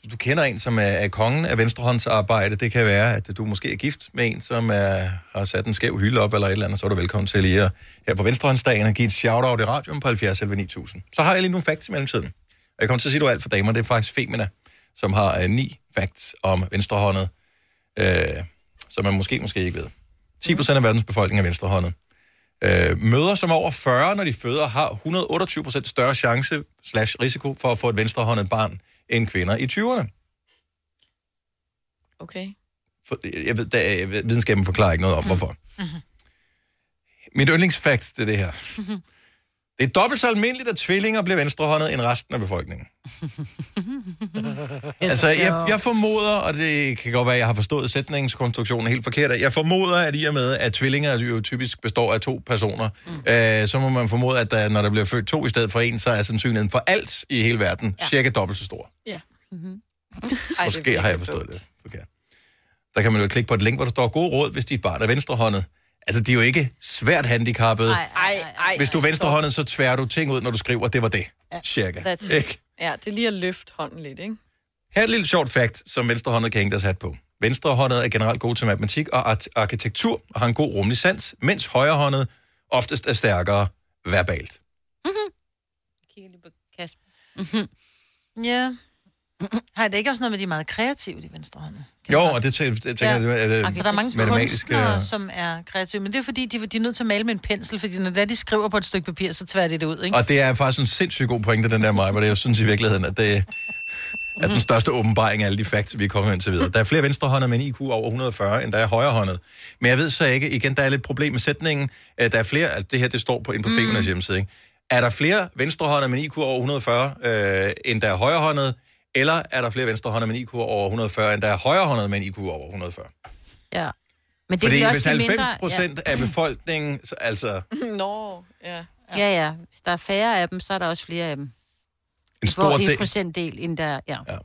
hvis du kender en, som er, er kongen af venstrehåndsarbejde, det kan være, at du måske er gift med en, som er, har sat en skæv hylde op eller et eller andet, så er du velkommen til lige at, her på venstrehåndsdagen og give et shout-out i radioen på 70 11 9000. Så har jeg lige nogle facts i mellemtiden. Og jeg kommer til at sige, at du er alt for damer, det er faktisk Femina, som har øh, ni facts om venstrehåndet, øh, som man måske, måske ikke ved. 10 procent af verdens befolkning er venstrehåndet. Øh, møder som er over 40, når de føder, har 128 procent større chance slash risiko for at få et venstrehåndet barn end kvinder i 20'erne. Okay. For, jeg ved, der, jeg ved, videnskaben forklarer ikke noget om, hvorfor. Mit yndlingsfakt, det er det her. Det er dobbelt så almindeligt, at tvillinger bliver venstrehåndet end resten af befolkningen. Altså, jeg, jeg formoder, og det kan godt være, at jeg har forstået sætningskonstruktionen helt forkert, jeg formoder, at i og med, at tvillinger jo typisk består af to personer, mm. øh, så må man formode, at der, når der bliver født to i stedet for en, så er sandsynligheden for alt i hele verden ja. cirka dobbelt så stor. Ja. Mm-hmm. Måske har jeg forstået det forkert. Der kan man jo klikke på et link, hvor der står gode råd, hvis dit barn er venstrehåndet. Altså, de er jo ikke svært handicappede. Ej, ej, ej. Hvis du er venstrehåndet, så tværer du ting ud, når du skriver, det var det. Ja. Cirka. That's Ikke? it. Ja, det er lige at løfte hånden lidt, ikke? Her er et lille sjovt fakt, som venstrehåndet kan hænge deres hat på. Venstrehåndet er generelt god til matematik og art- arkitektur og har en god rummelig sans, mens højrehåndet oftest er stærkere verbalt. kigger lige på Kasper. Ja. Har det ikke også noget med, de er meget kreative, de venstrehåndede? Jo, og det tæ- det tænker jeg, det er det Altså, der er mange matematiske... kunstnere, som er kreative, men det er fordi, de, de er nødt til at male med en pensel, fordi når det er, de skriver på et stykke papir, så tværer de det ud, ikke? Og det er faktisk en sindssygt god pointe, den der mig, hvor det jeg synes i virkeligheden, at det er den største åbenbaring af alle de facts, vi er kommet indtil videre. Der er flere venstrehåndede med en IQ over 140, end der er højrehåndede. Men jeg ved så ikke, igen, der er lidt problem med sætningen. Øh, Der er flere, altså det her, det står på, inde på mm. Femernes hjemmeside, ikke? Er der flere venstrehåndede med en IQ over 140, øh, end der er højrehåndede? Eller er der flere venstrehåndede med en IQ over 140, end der er højrehåndede med en IQ over 140? Ja. Men det Fordi bliver hvis også de 90 mindre- procent ja. af befolkningen, så, altså Nå, ja. Ja. ja, ja. Hvis der er færre af dem, så er der også flere af dem. en stor del. del... En procentdel, end der... Ja. ja.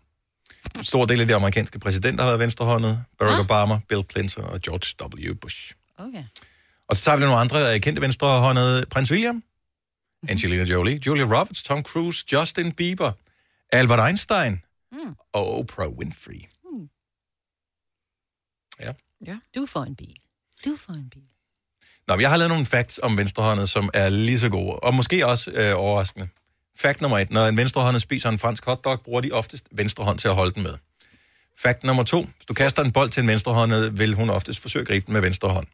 En stor del af de amerikanske præsidenter har været venstrehåndet. Barack Obama, Bill Clinton og George W. Bush. Okay. Og så tager vi nogle andre øh, kendte venstrehåndede. Prins William, Angelina Jolie, Julia Roberts, Tom Cruise, Justin Bieber, Albert Einstein Mm. og Oprah Winfrey. ja. Du får en bil. Du får en bil. Nå, men jeg har lavet nogle facts om venstrehåndet, som er lige så gode, og måske også øh, overraskende. Fact nummer et. Når en venstrehåndet spiser en fransk hotdog, bruger de oftest venstre hånd til at holde den med. Fact nummer to. Hvis du kaster en bold til en venstrehåndet, vil hun oftest forsøge at gribe den med venstre hånd.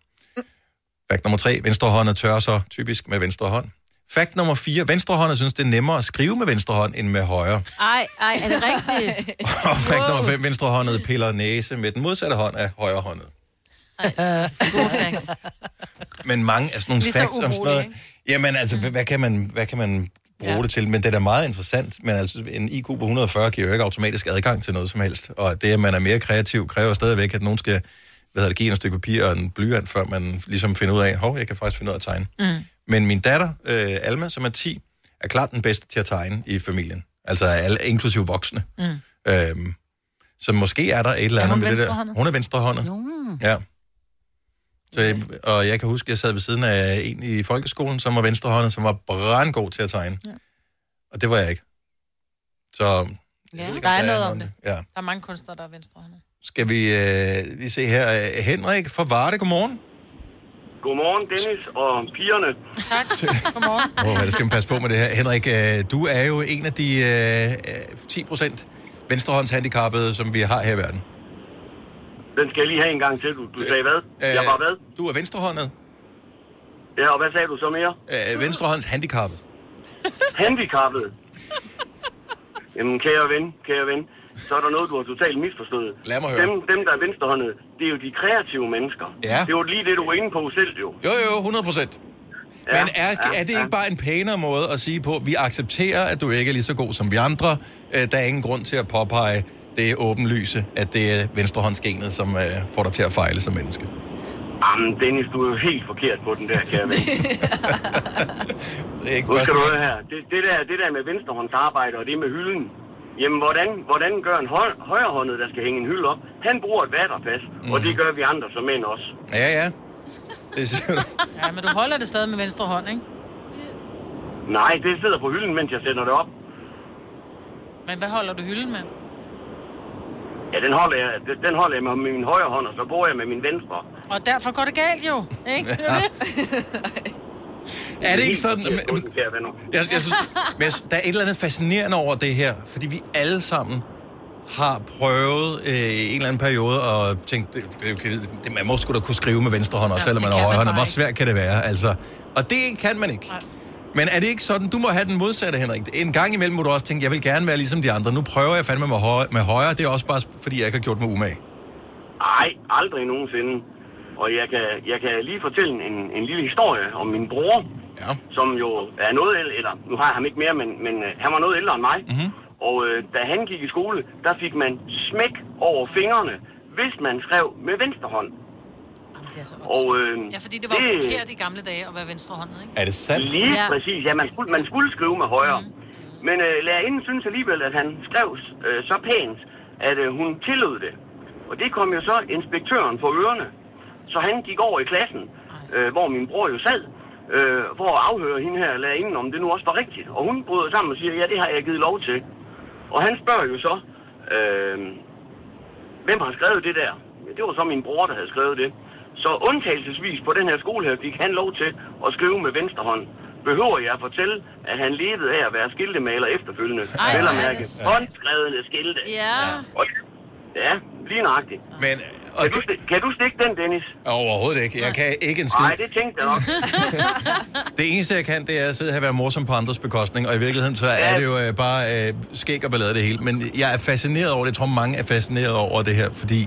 Fact nummer tre. Venstrehåndet tørrer så typisk med venstre hånd. Fact nummer 4. Venstrehåndet synes, det er nemmere at skrive med venstre hånd end med højre. Ej, ej, er det rigtigt? Og fact wow. nummer 5. Venstrehåndet piller næse med den modsatte hånd af højre hånd. Gode facts. Men mange af sådan nogle Lige så facts om sådan urolige, Mm. noget... Jamen altså, hvad, hvad kan man, hvad kan man bruge ja. det til? Men det er da meget interessant. Men altså, en IQ på 140 giver jo ikke automatisk adgang til noget som helst. Og det, at man er mere kreativ, kræver stadigvæk, at nogen skal hvad hedder det, give en et stykke papir og en blyant, før man ligesom finder ud af, hov, jeg kan faktisk finde ud af at tegne. Mm. Men min datter, øh, Alma, som er 10, er klart den bedste til at tegne i familien. Altså af alle, inklusive voksne. Mm. Øhm, så måske er der et eller andet hun med det der. venstrehåndet? Hun er venstrehåndet. Mm. Ja. Så, jeg- og jeg kan huske, at jeg sad ved siden af en i folkeskolen, som var venstrehåndet, som var brandgod til at tegne. Ja. Og det var jeg ikke. Så Ja, ikke, der er om der er noget om nogen- det. ja. Der er mange kunstnere, der er venstrehåndede. skal vi øh, lige se her. Øh, Henrik fra Varde, godmorgen. Godmorgen, Dennis og pigerne. Tak. Godmorgen. Åh, oh, det skal man passe på med det her. Henrik, øh, du er jo en af de øh, øh, 10 procent venstrehåndshandicappede, som vi har her i verden. Den skal jeg lige have en gang til. Du, du sagde hvad? øh, jeg var hvad? Du er venstrehåndet. Ja, og hvad sagde du så mere? Øh, venstrehåndshandicappet. Handicappet. Jamen, kære ven, kære ven, så er der noget, du har totalt misforstået. Lad mig høre. Dem, dem der er venstrehåndede, det er jo de kreative mennesker. Ja. Det er jo lige det, du var inde på selv, jo. Jo, jo, 100 procent. Ja, Men er, ja, er det ikke bare en pænere måde at sige på, vi accepterer, at du ikke er lige så god som vi andre. Øh, der er ingen grund til at påpege det åbenlyse, at det er venstrehåndsgenet, som øh, får dig til at fejle som menneske. Jamen, Dennis, du er jo helt forkert på den der, kære ven. det er ikke nu skal første du gang. høre her. Det, det, der, det der med venstrehåndsarbejde og det med hylden. Jamen, hvordan, hvordan gør en høj, højrehåndet, der skal hænge en hylde op? Han bruger et vatterpas, mm. og Mhm. det gør vi andre som mænd også. Ja, ja. Det siger du. Ja, men du holder det stadig med venstre hånd, ikke? Nej, det sidder på hylden, mens jeg sætter det op. Men hvad holder du hylden med? Ja, den holder jeg, den- den holder jeg med min højre hånd, og så bruger jeg med min venstre. Og derfor går det galt jo, ikke? Det er jo det. Er det ikke sådan... men- Jeg, jeg synes, men jeg, synes- der er et eller andet fascinerende over det her, fordi vi alle sammen har prøvet øh, en eller anden periode og tænkt, det, det, okay, det, man må sgu da kunne skrive med venstre hånd, også, selvom man har højre hånd. Hvor svært kan det være? Altså, og det kan man ikke. Men er det ikke sådan, du må have den modsatte, Henrik? En gang imellem må du også tænke, jeg vil gerne være ligesom de andre. Nu prøver jeg fandme med højre, med højre. det er også bare, fordi jeg ikke har gjort mig umage. Nej, aldrig nogensinde. Og jeg kan, jeg kan lige fortælle en, en lille historie om min bror, ja. som jo er noget ældre, eller nu har jeg ham ikke mere, men, men øh, han var noget ældre end mig. Mhm. Og øh, da han gik i skole, der fik man smæk over fingrene, hvis man skrev med venstre hånd. Det er så Og, voldsomt. øh, ja, fordi det var det- det... forkert i gamle dage at være venstrehåndet, ikke? Er det sandt? Lige Ja. ja. præcis. Ja, man skulle, man skulle skrive med højre. Mm. Men øh, lærerinden synes alligevel, at han skrev øh, så pænt, at øh, hun tillod det. Og det kom jo så inspektøren for ørerne. Så han gik over i klassen, øh, hvor min bror jo sad, øh, for at afhøre hende her lærerinden, om det nu også var rigtigt. Og hun bryder sammen og siger, ja, det har jeg givet lov til. Og han spørger jo så, øh, hvem har skrevet det der? Ja, det var så min bror, der havde skrevet det. Så undtagelsesvis på den her skole her fik han lov til at skrive med venstre hånd. Behøver jeg at fortælle, at han levede af at være skiltemaler efterfølgende? Ej, Vel at hvor er mærke det sejt. håndskrevne skilte. Ja. Og, ja, lige nøjagtigt. Men, kan, du, sti- kan du stikke den, Dennis? Overhovedet ikke. Jeg kan ikke en skid. Nej, det tænkte jeg nok. Det eneste, jeg kan, det er at sidde her og være morsom på andres bekostning, og i virkeligheden så er det jo øh, bare øh, skæg og ballade det hele. Men jeg er fascineret over det. Jeg tror, mange er fascineret over det her, fordi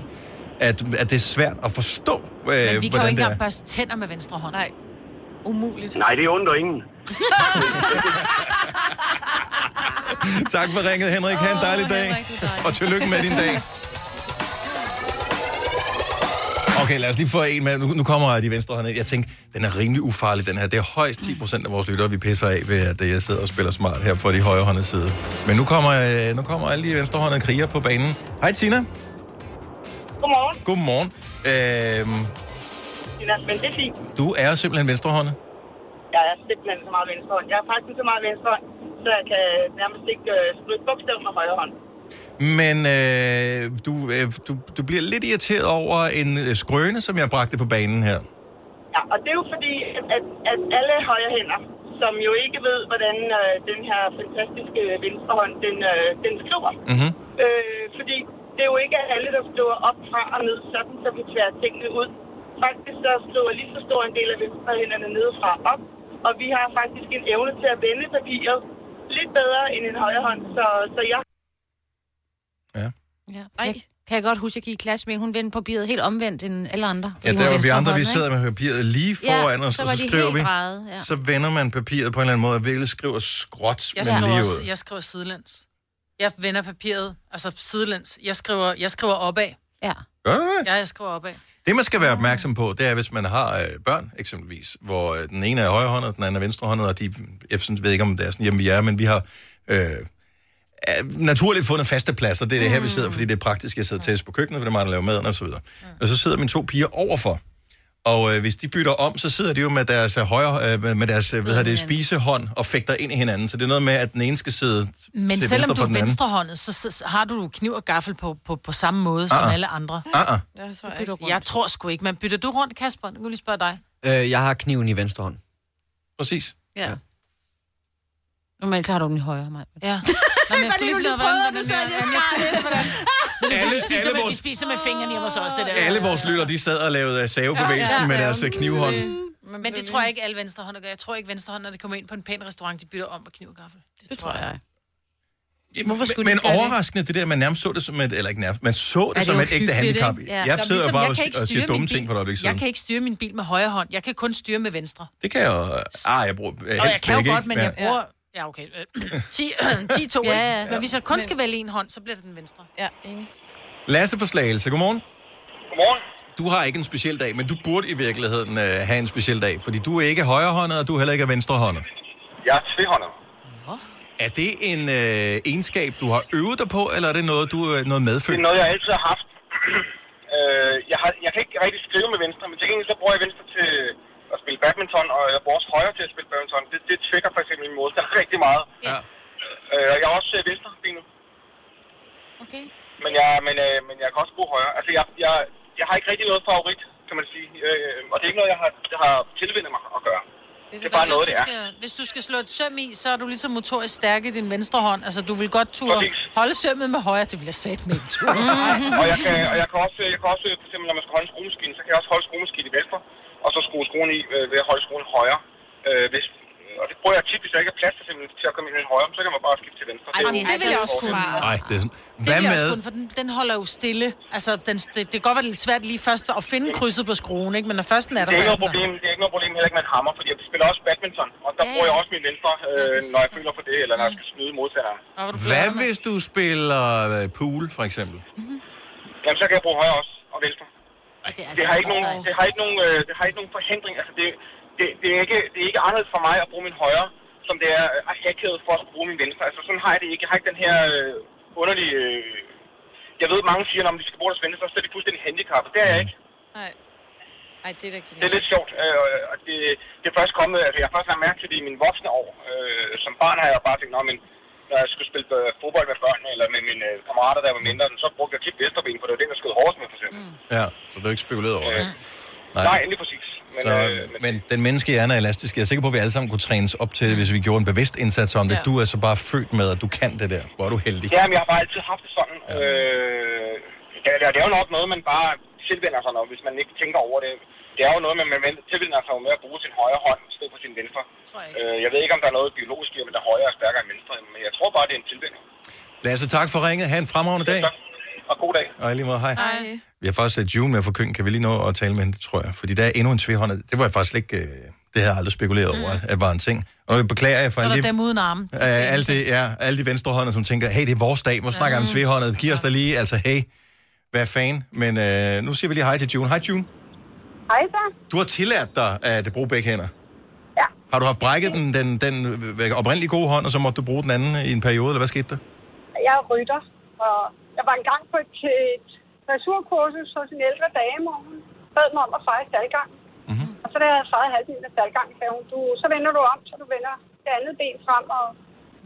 at, at det er svært at forstå, Men øh, vi kan jo hvordan ikke det er. engang børste tænder med venstre hånd. Nej. Umuligt. Nej, det undrer ingen. tak for ringet, Henrik. Ha' en dejlig dag. og tillykke med din dag. Okay, lad os lige få en med. Nu, nu kommer de venstre hernede. Jeg tænkte, den er rimelig ufarlig, den her. Det er højst 10 procent af vores lyttere, vi pisser af ved, at øh, jeg sidder og spiller smart her på de højre håndede side. Men nu kommer, øh, nu kommer alle de venstre håndede kriger på banen. Hej, Tina. Godmorgen. Godmorgen. Øhm, Men det er fint. du er simpelthen venstre håndet. Jeg er simpelthen så meget venstre hånd. Jeg er faktisk så meget venstre hånd, så jeg kan nærmest ikke øh, skrive bogstav med højre hånd. Men øh, du, øh, du, du bliver lidt irriteret over en øh, skrøne, som jeg bragte på banen her. Ja, og det er jo fordi, at, at alle højre hænder, som jo ikke ved, hvordan øh, den her fantastiske venstre hånd, den, øh, den skriver. Mhm. Øh, fordi det er jo ikke alle, der skriver op fra og ned, sådan så vi tværer tingene ud. Faktisk så skriver lige så stor en del af venstrehænderne nedefra op, og vi har faktisk en evne til at vende papiret lidt bedre end en højre hånd, så, så jeg Ja. Jeg, kan jeg godt huske, at jeg gik i klasse med, en, hun vendte papiret helt omvendt end alle andre. Ja, fordi hun der var vi andre, vi venstrehåndet, sidder ikke? med papiret lige Ja, foran os, så og var så de skriver helt vi. drejet, ja. Så vender man papiret på en eller anden måde, og virkelig skriver skråt, Jeg men skriver, lige også, ud. jeg skriver sidelæns. Jeg vender papiret, altså sidelæns. Jeg skriver, jeg skriver opad. Ja. Gør du det? Ja, jeg skriver opad. Det, man skal være opmærksom på, det er, hvis man har øh, børn, eksempelvis, hvor øh, den ene er højrehåndet, og den anden er venstrehåndet, og de, jeg synes, ved ikke, om det er sådan, hjemme vi er, men vi har øh, er naturligt fundet faste pladser. Det er det her, vi sidder, fordi det er praktisk. Jeg sidder tættest på køkkenet, for det er mig, der laver maden, og så videre. Og så sidder mine to piger overfor. Og øh, hvis de bytter om, så sidder de jo med deres, øh, højre, øh, med- med deres øh, hvad hedder det, spisehånd og fægter ind i hinanden. Så det er noget med, at den ene skal sidde Men til selvom venstre du for er den anden. venstrehåndet, så, så, så har du kniv og gaffel på, på, på samme måde som Ah, ah. alle andre. Ah, ah. Jeg, tror jeg, jeg tror sgu ikke. Men bytter du rundt, Kasper? Nu kan jeg lige spørge dig. Øh, jeg har kniven i venstre hånd. Præcis. Ja. ja. Normalt så har du den i højre, mig. Ja. Nå, men jeg skulle lige finde ud af, hvordan, hvordan det er. Jamen, jeg skulle lige se, hvordan... Alle- vi, spiser alle med, vi vores- ligesom, spiser med fingrene hjemme hos os, det der. Alle vores lytter, de sad og lavede øh, savebevægelsen ja, ja, med deres øh, knivhånd. Men, Men det tror jeg ikke alle venstrehåndede gør. Jeg tror ikke venstrehåndede, når de kommer ind på en pæn restaurant, de bytter om på kniv og gaffel. Det, det tror jeg. Jamen, Hvorfor skulle men de gøre det? overraskende det? det der, at man nærmest så det som et, eller ikke nærmest, man så det, Er det som jo et ægte hyggeligt, handicap. ikke? Ja. Jeg Nå, sidder ligesom, bare jeg kan og, ikke og siger styre dumme min ting bil. for et øjeblik siden. Jeg kan ikke styre min bil med højre hånd. Jeg kan kun styre med venstre. Det kan jeg jo... Ah, jeg bruger helst Og jeg kan begge, jo godt, ikke? men Ja. jeg bruger... Ja, okay. Øh, 10, 10 2, Ja, ja, ja. ja. Men hvis jeg kun skal vælge en hånd, så bliver det den venstre. Ja, enig. Lasse fra Slagelse, godmorgen. Godmorgen. Du har ikke en speciel dag, men du burde i virkeligheden øh, have en speciel dag, fordi du er ikke højrehåndet, og du er heller ikke er venstrehåndet. Jeg er tvehånder. Er det en øh, egenskab, du har øvet dig på, eller er det noget, du øh, noget medfødt? Det er noget, jeg altid har haft. øh, jeg, har, jeg kan ikke rigtig skrive med venstre, men til gengæld så bruger jeg venstre til at spille badminton, og øh, vores højre til at spille badminton, det, det trigger for eksempel min modstander rigtig meget. Ja. Øh, og jeg er også øh, venstre lige nu. Okay. Men jeg, men, øh, men jeg kan også bruge højre. Altså, jeg, jeg, jeg har ikke rigtig noget favorit, kan man sige. Øh, og det er ikke noget, jeg har, det har tilvindet mig at gøre. Det er bare noget, det er. Skal, hvis du skal slå et søm i, så er du ligesom motorisk stærk i din venstre hånd. Altså, du vil godt turde holde sømmet med højre. Det vil jeg sætte med ikke turde. og jeg kan, og jeg kan også, jeg kan også for eksempel, når man skal holde skruemaskinen, så kan jeg også holde skruemaskinen i venstre, og så skrue skruen i øh, ved at holde skruen højre. Øh, hvis, og det bruger jeg tit, hvis der ikke er plads til, simpelthen, til at komme ind i den højre, så kan man bare skifte til venstre. Ej, det, altså det vil jeg også kunne. Nej, det er sådan... Det Hvad vil jeg også med... kunne, for den, den holder jo stille. Altså, den, det, det kan godt være lidt svært lige først at finde krydset på skruen, ikke? Men når først den er der, Det er så ikke er den noget der. problem, det er ikke noget problem heller ikke med en hammer, fordi jeg spiller også badminton, og der Ja, bruger ja. jeg også min venstre, øh, når jeg føler for det, eller når jeg skal snyde modstanderen. Hvad hvis du spiller øh, pool, for eksempel? Jamen, så kan jeg bruge højre også, og venstre. Det, altså det, har så ikke nogen, sejt. det har ikke nogen, øh, det har ikke nogen forhindring. Altså, det, det, det, er ikke, det er ikke anderledes for mig at bruge min højre, som det er øh, at hackhede for at skulle bruge min venstre. Altså, sådan har jeg det ikke. Jeg har ikke den her øh, underlige... Øh, jeg ved, mange siger, når de skal bruge deres venstre, så er de fuldstændig handicappet. Det er jeg ikke. Ej, det er da Det er genialt. lidt sjovt. Øh, og det, det er først kommet, altså jeg har først lagt mærke til det i mine voksne år. Øh, som barn har jeg bare tænkt, "Nå, men når jeg skulle spille øh, fodbold med børnene, eller med mine øh, kammerater, der var mindre, så brugte jeg tit venstreben, for det var det, jeg skød hårdest med, for eksempel. Mm. Ja, så du er ikke spekuleret over det. Nej. Nej, lige præcis. Men, øh, Så, øh, men den menneskelige hjerne er elastisk. Jeg er sikker på, at vi alle sammen kunne trænes op til det, hvis vi gjorde en bevidst indsats om det. Ja. Du er så bare født med, at du kan det der. Hvor er du heldig. Ja, men jeg har bare altid haft det sådan. Ja. Øh, det, er- det er jo nok noget, man bare tilvender sig, når, hvis man ikke tænker over det. Det er jo noget, man, man tilvender sig jo med at bruge sin højre hånd i stedet for sin venstre. jeg, øh, jeg ved ikke, om der er noget biologisk i, om der højre er stærkere end venstre, men jeg tror bare, det er en tilvænning. Lasse, tak for ringet. Ha' en fremragende dag. Og god dag. Og i lige måde, hej. Hej. Vi har faktisk sat June med for køn. Kan vi lige nå at tale med hende, det tror jeg. Fordi der er endnu en tvehåndet. Det var jeg faktisk ikke... øh, Det havde jeg aldrig spekuleret over, at var en ting. Og jeg beklager jeg for Mm. Så er alle der de- dem uden arme. Øh, alle, de, ja, alle de venstrehåndede, som tænker, hey, det er vores dag, må snakke om tvehåndet, giv os da lige, altså hey, hvad fanden. Men øh, nu siger vi lige hej til June. Hej June, Hej så. du har tillært dig at bruge begge hænder. Ja. Har du haft brækket den, den, den øh, oprindelige gode hånd, og så måtte du bruge den anden i en periode, eller hvad skete der? Jeg er rytter, og jeg var engang på et, til et dressurkursus hos en ældre dame, og hun bad mig om at feje staldgang. Mm-hmm. Og så da jeg havde fejet halvdelen af staldgang, sagde hun, du, så vender du om, så du vender det andet ben frem, og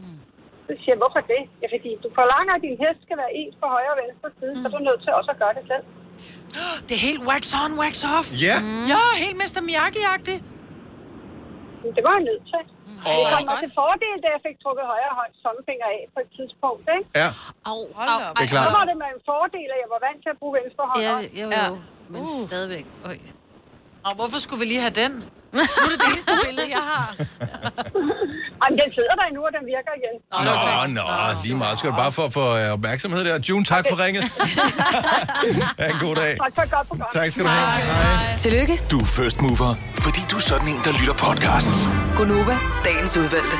Mm. så siger jeg, hvorfor det? Ja, fordi du forlanger, at din hest skal være ens på højre og venstre side, mm. så du er nødt til også at gøre det selv. Det er helt wax on, wax off. Ja. Ja, helt Mr. Miyagi-agtigt. Men det var jeg nødt til. Åh. Mm. Det kom mig til fordel, da jeg fik trukket højre hånd tommelfinger af på et tidspunkt, ikke? Ja. Au, hold da op. Det er klart. Så var det med en fordel, at jeg var vant til at bruge venstre hånd. Ja, også. jo, jo. Ja. Men uh. stadigvæk. Øj. Og hvorfor skulle vi lige have den? Nu er det det eneste billede, jeg har. Jamen, den sidder der endnu, og den virker igen. Nå, nå, lige meget. Skal du bare for at få øh, opmærksomhed der. June, tak for ringet. Ha' en god dag. Tak for et godt program. Tak skal du have. Hej. Tillykke. Du er first mover, fordi du er sådan en, der lytter podcasts. Gunova, dagens udvalgte.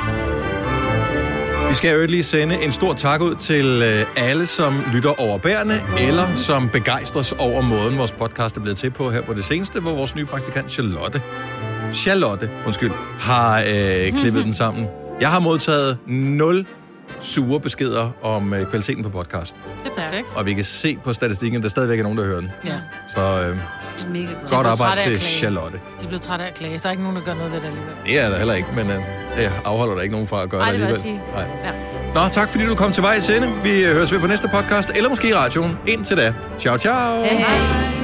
Vi skal jo lige sende en stor tak ud til øh, alle, som lytter overbærende, eller som begejstres over måden, vores podcast er blevet til på her på det seneste, hvor vores nye praktikant Charlotte, Charlotte, undskyld, har øh, Mhm. klippet den sammen. Jeg har modtaget nul sure beskeder om øh, kvaliteten på podcasten, Det er perfekt. og vi kan se på statistikken, at der stadigvæk er nogen, der hører den. Ja. Så øh, Det er mega godt. godt arbejde Trætte af at til klage. Charlotte. De blev trætte af at klage. Der er ikke nogen, der gør noget ved det alligevel. Det er der heller ikke, men øh, det afholder der ikke nogen fra at gøre Ej, det det vil jeg alligevel. sige. Nej. Ja. Nå, tak fordi du kom til vej i sende. Vi øh, høres ved på næste podcast, eller måske i radioen. Indtil da. Ciao, ciao. Hey, hey.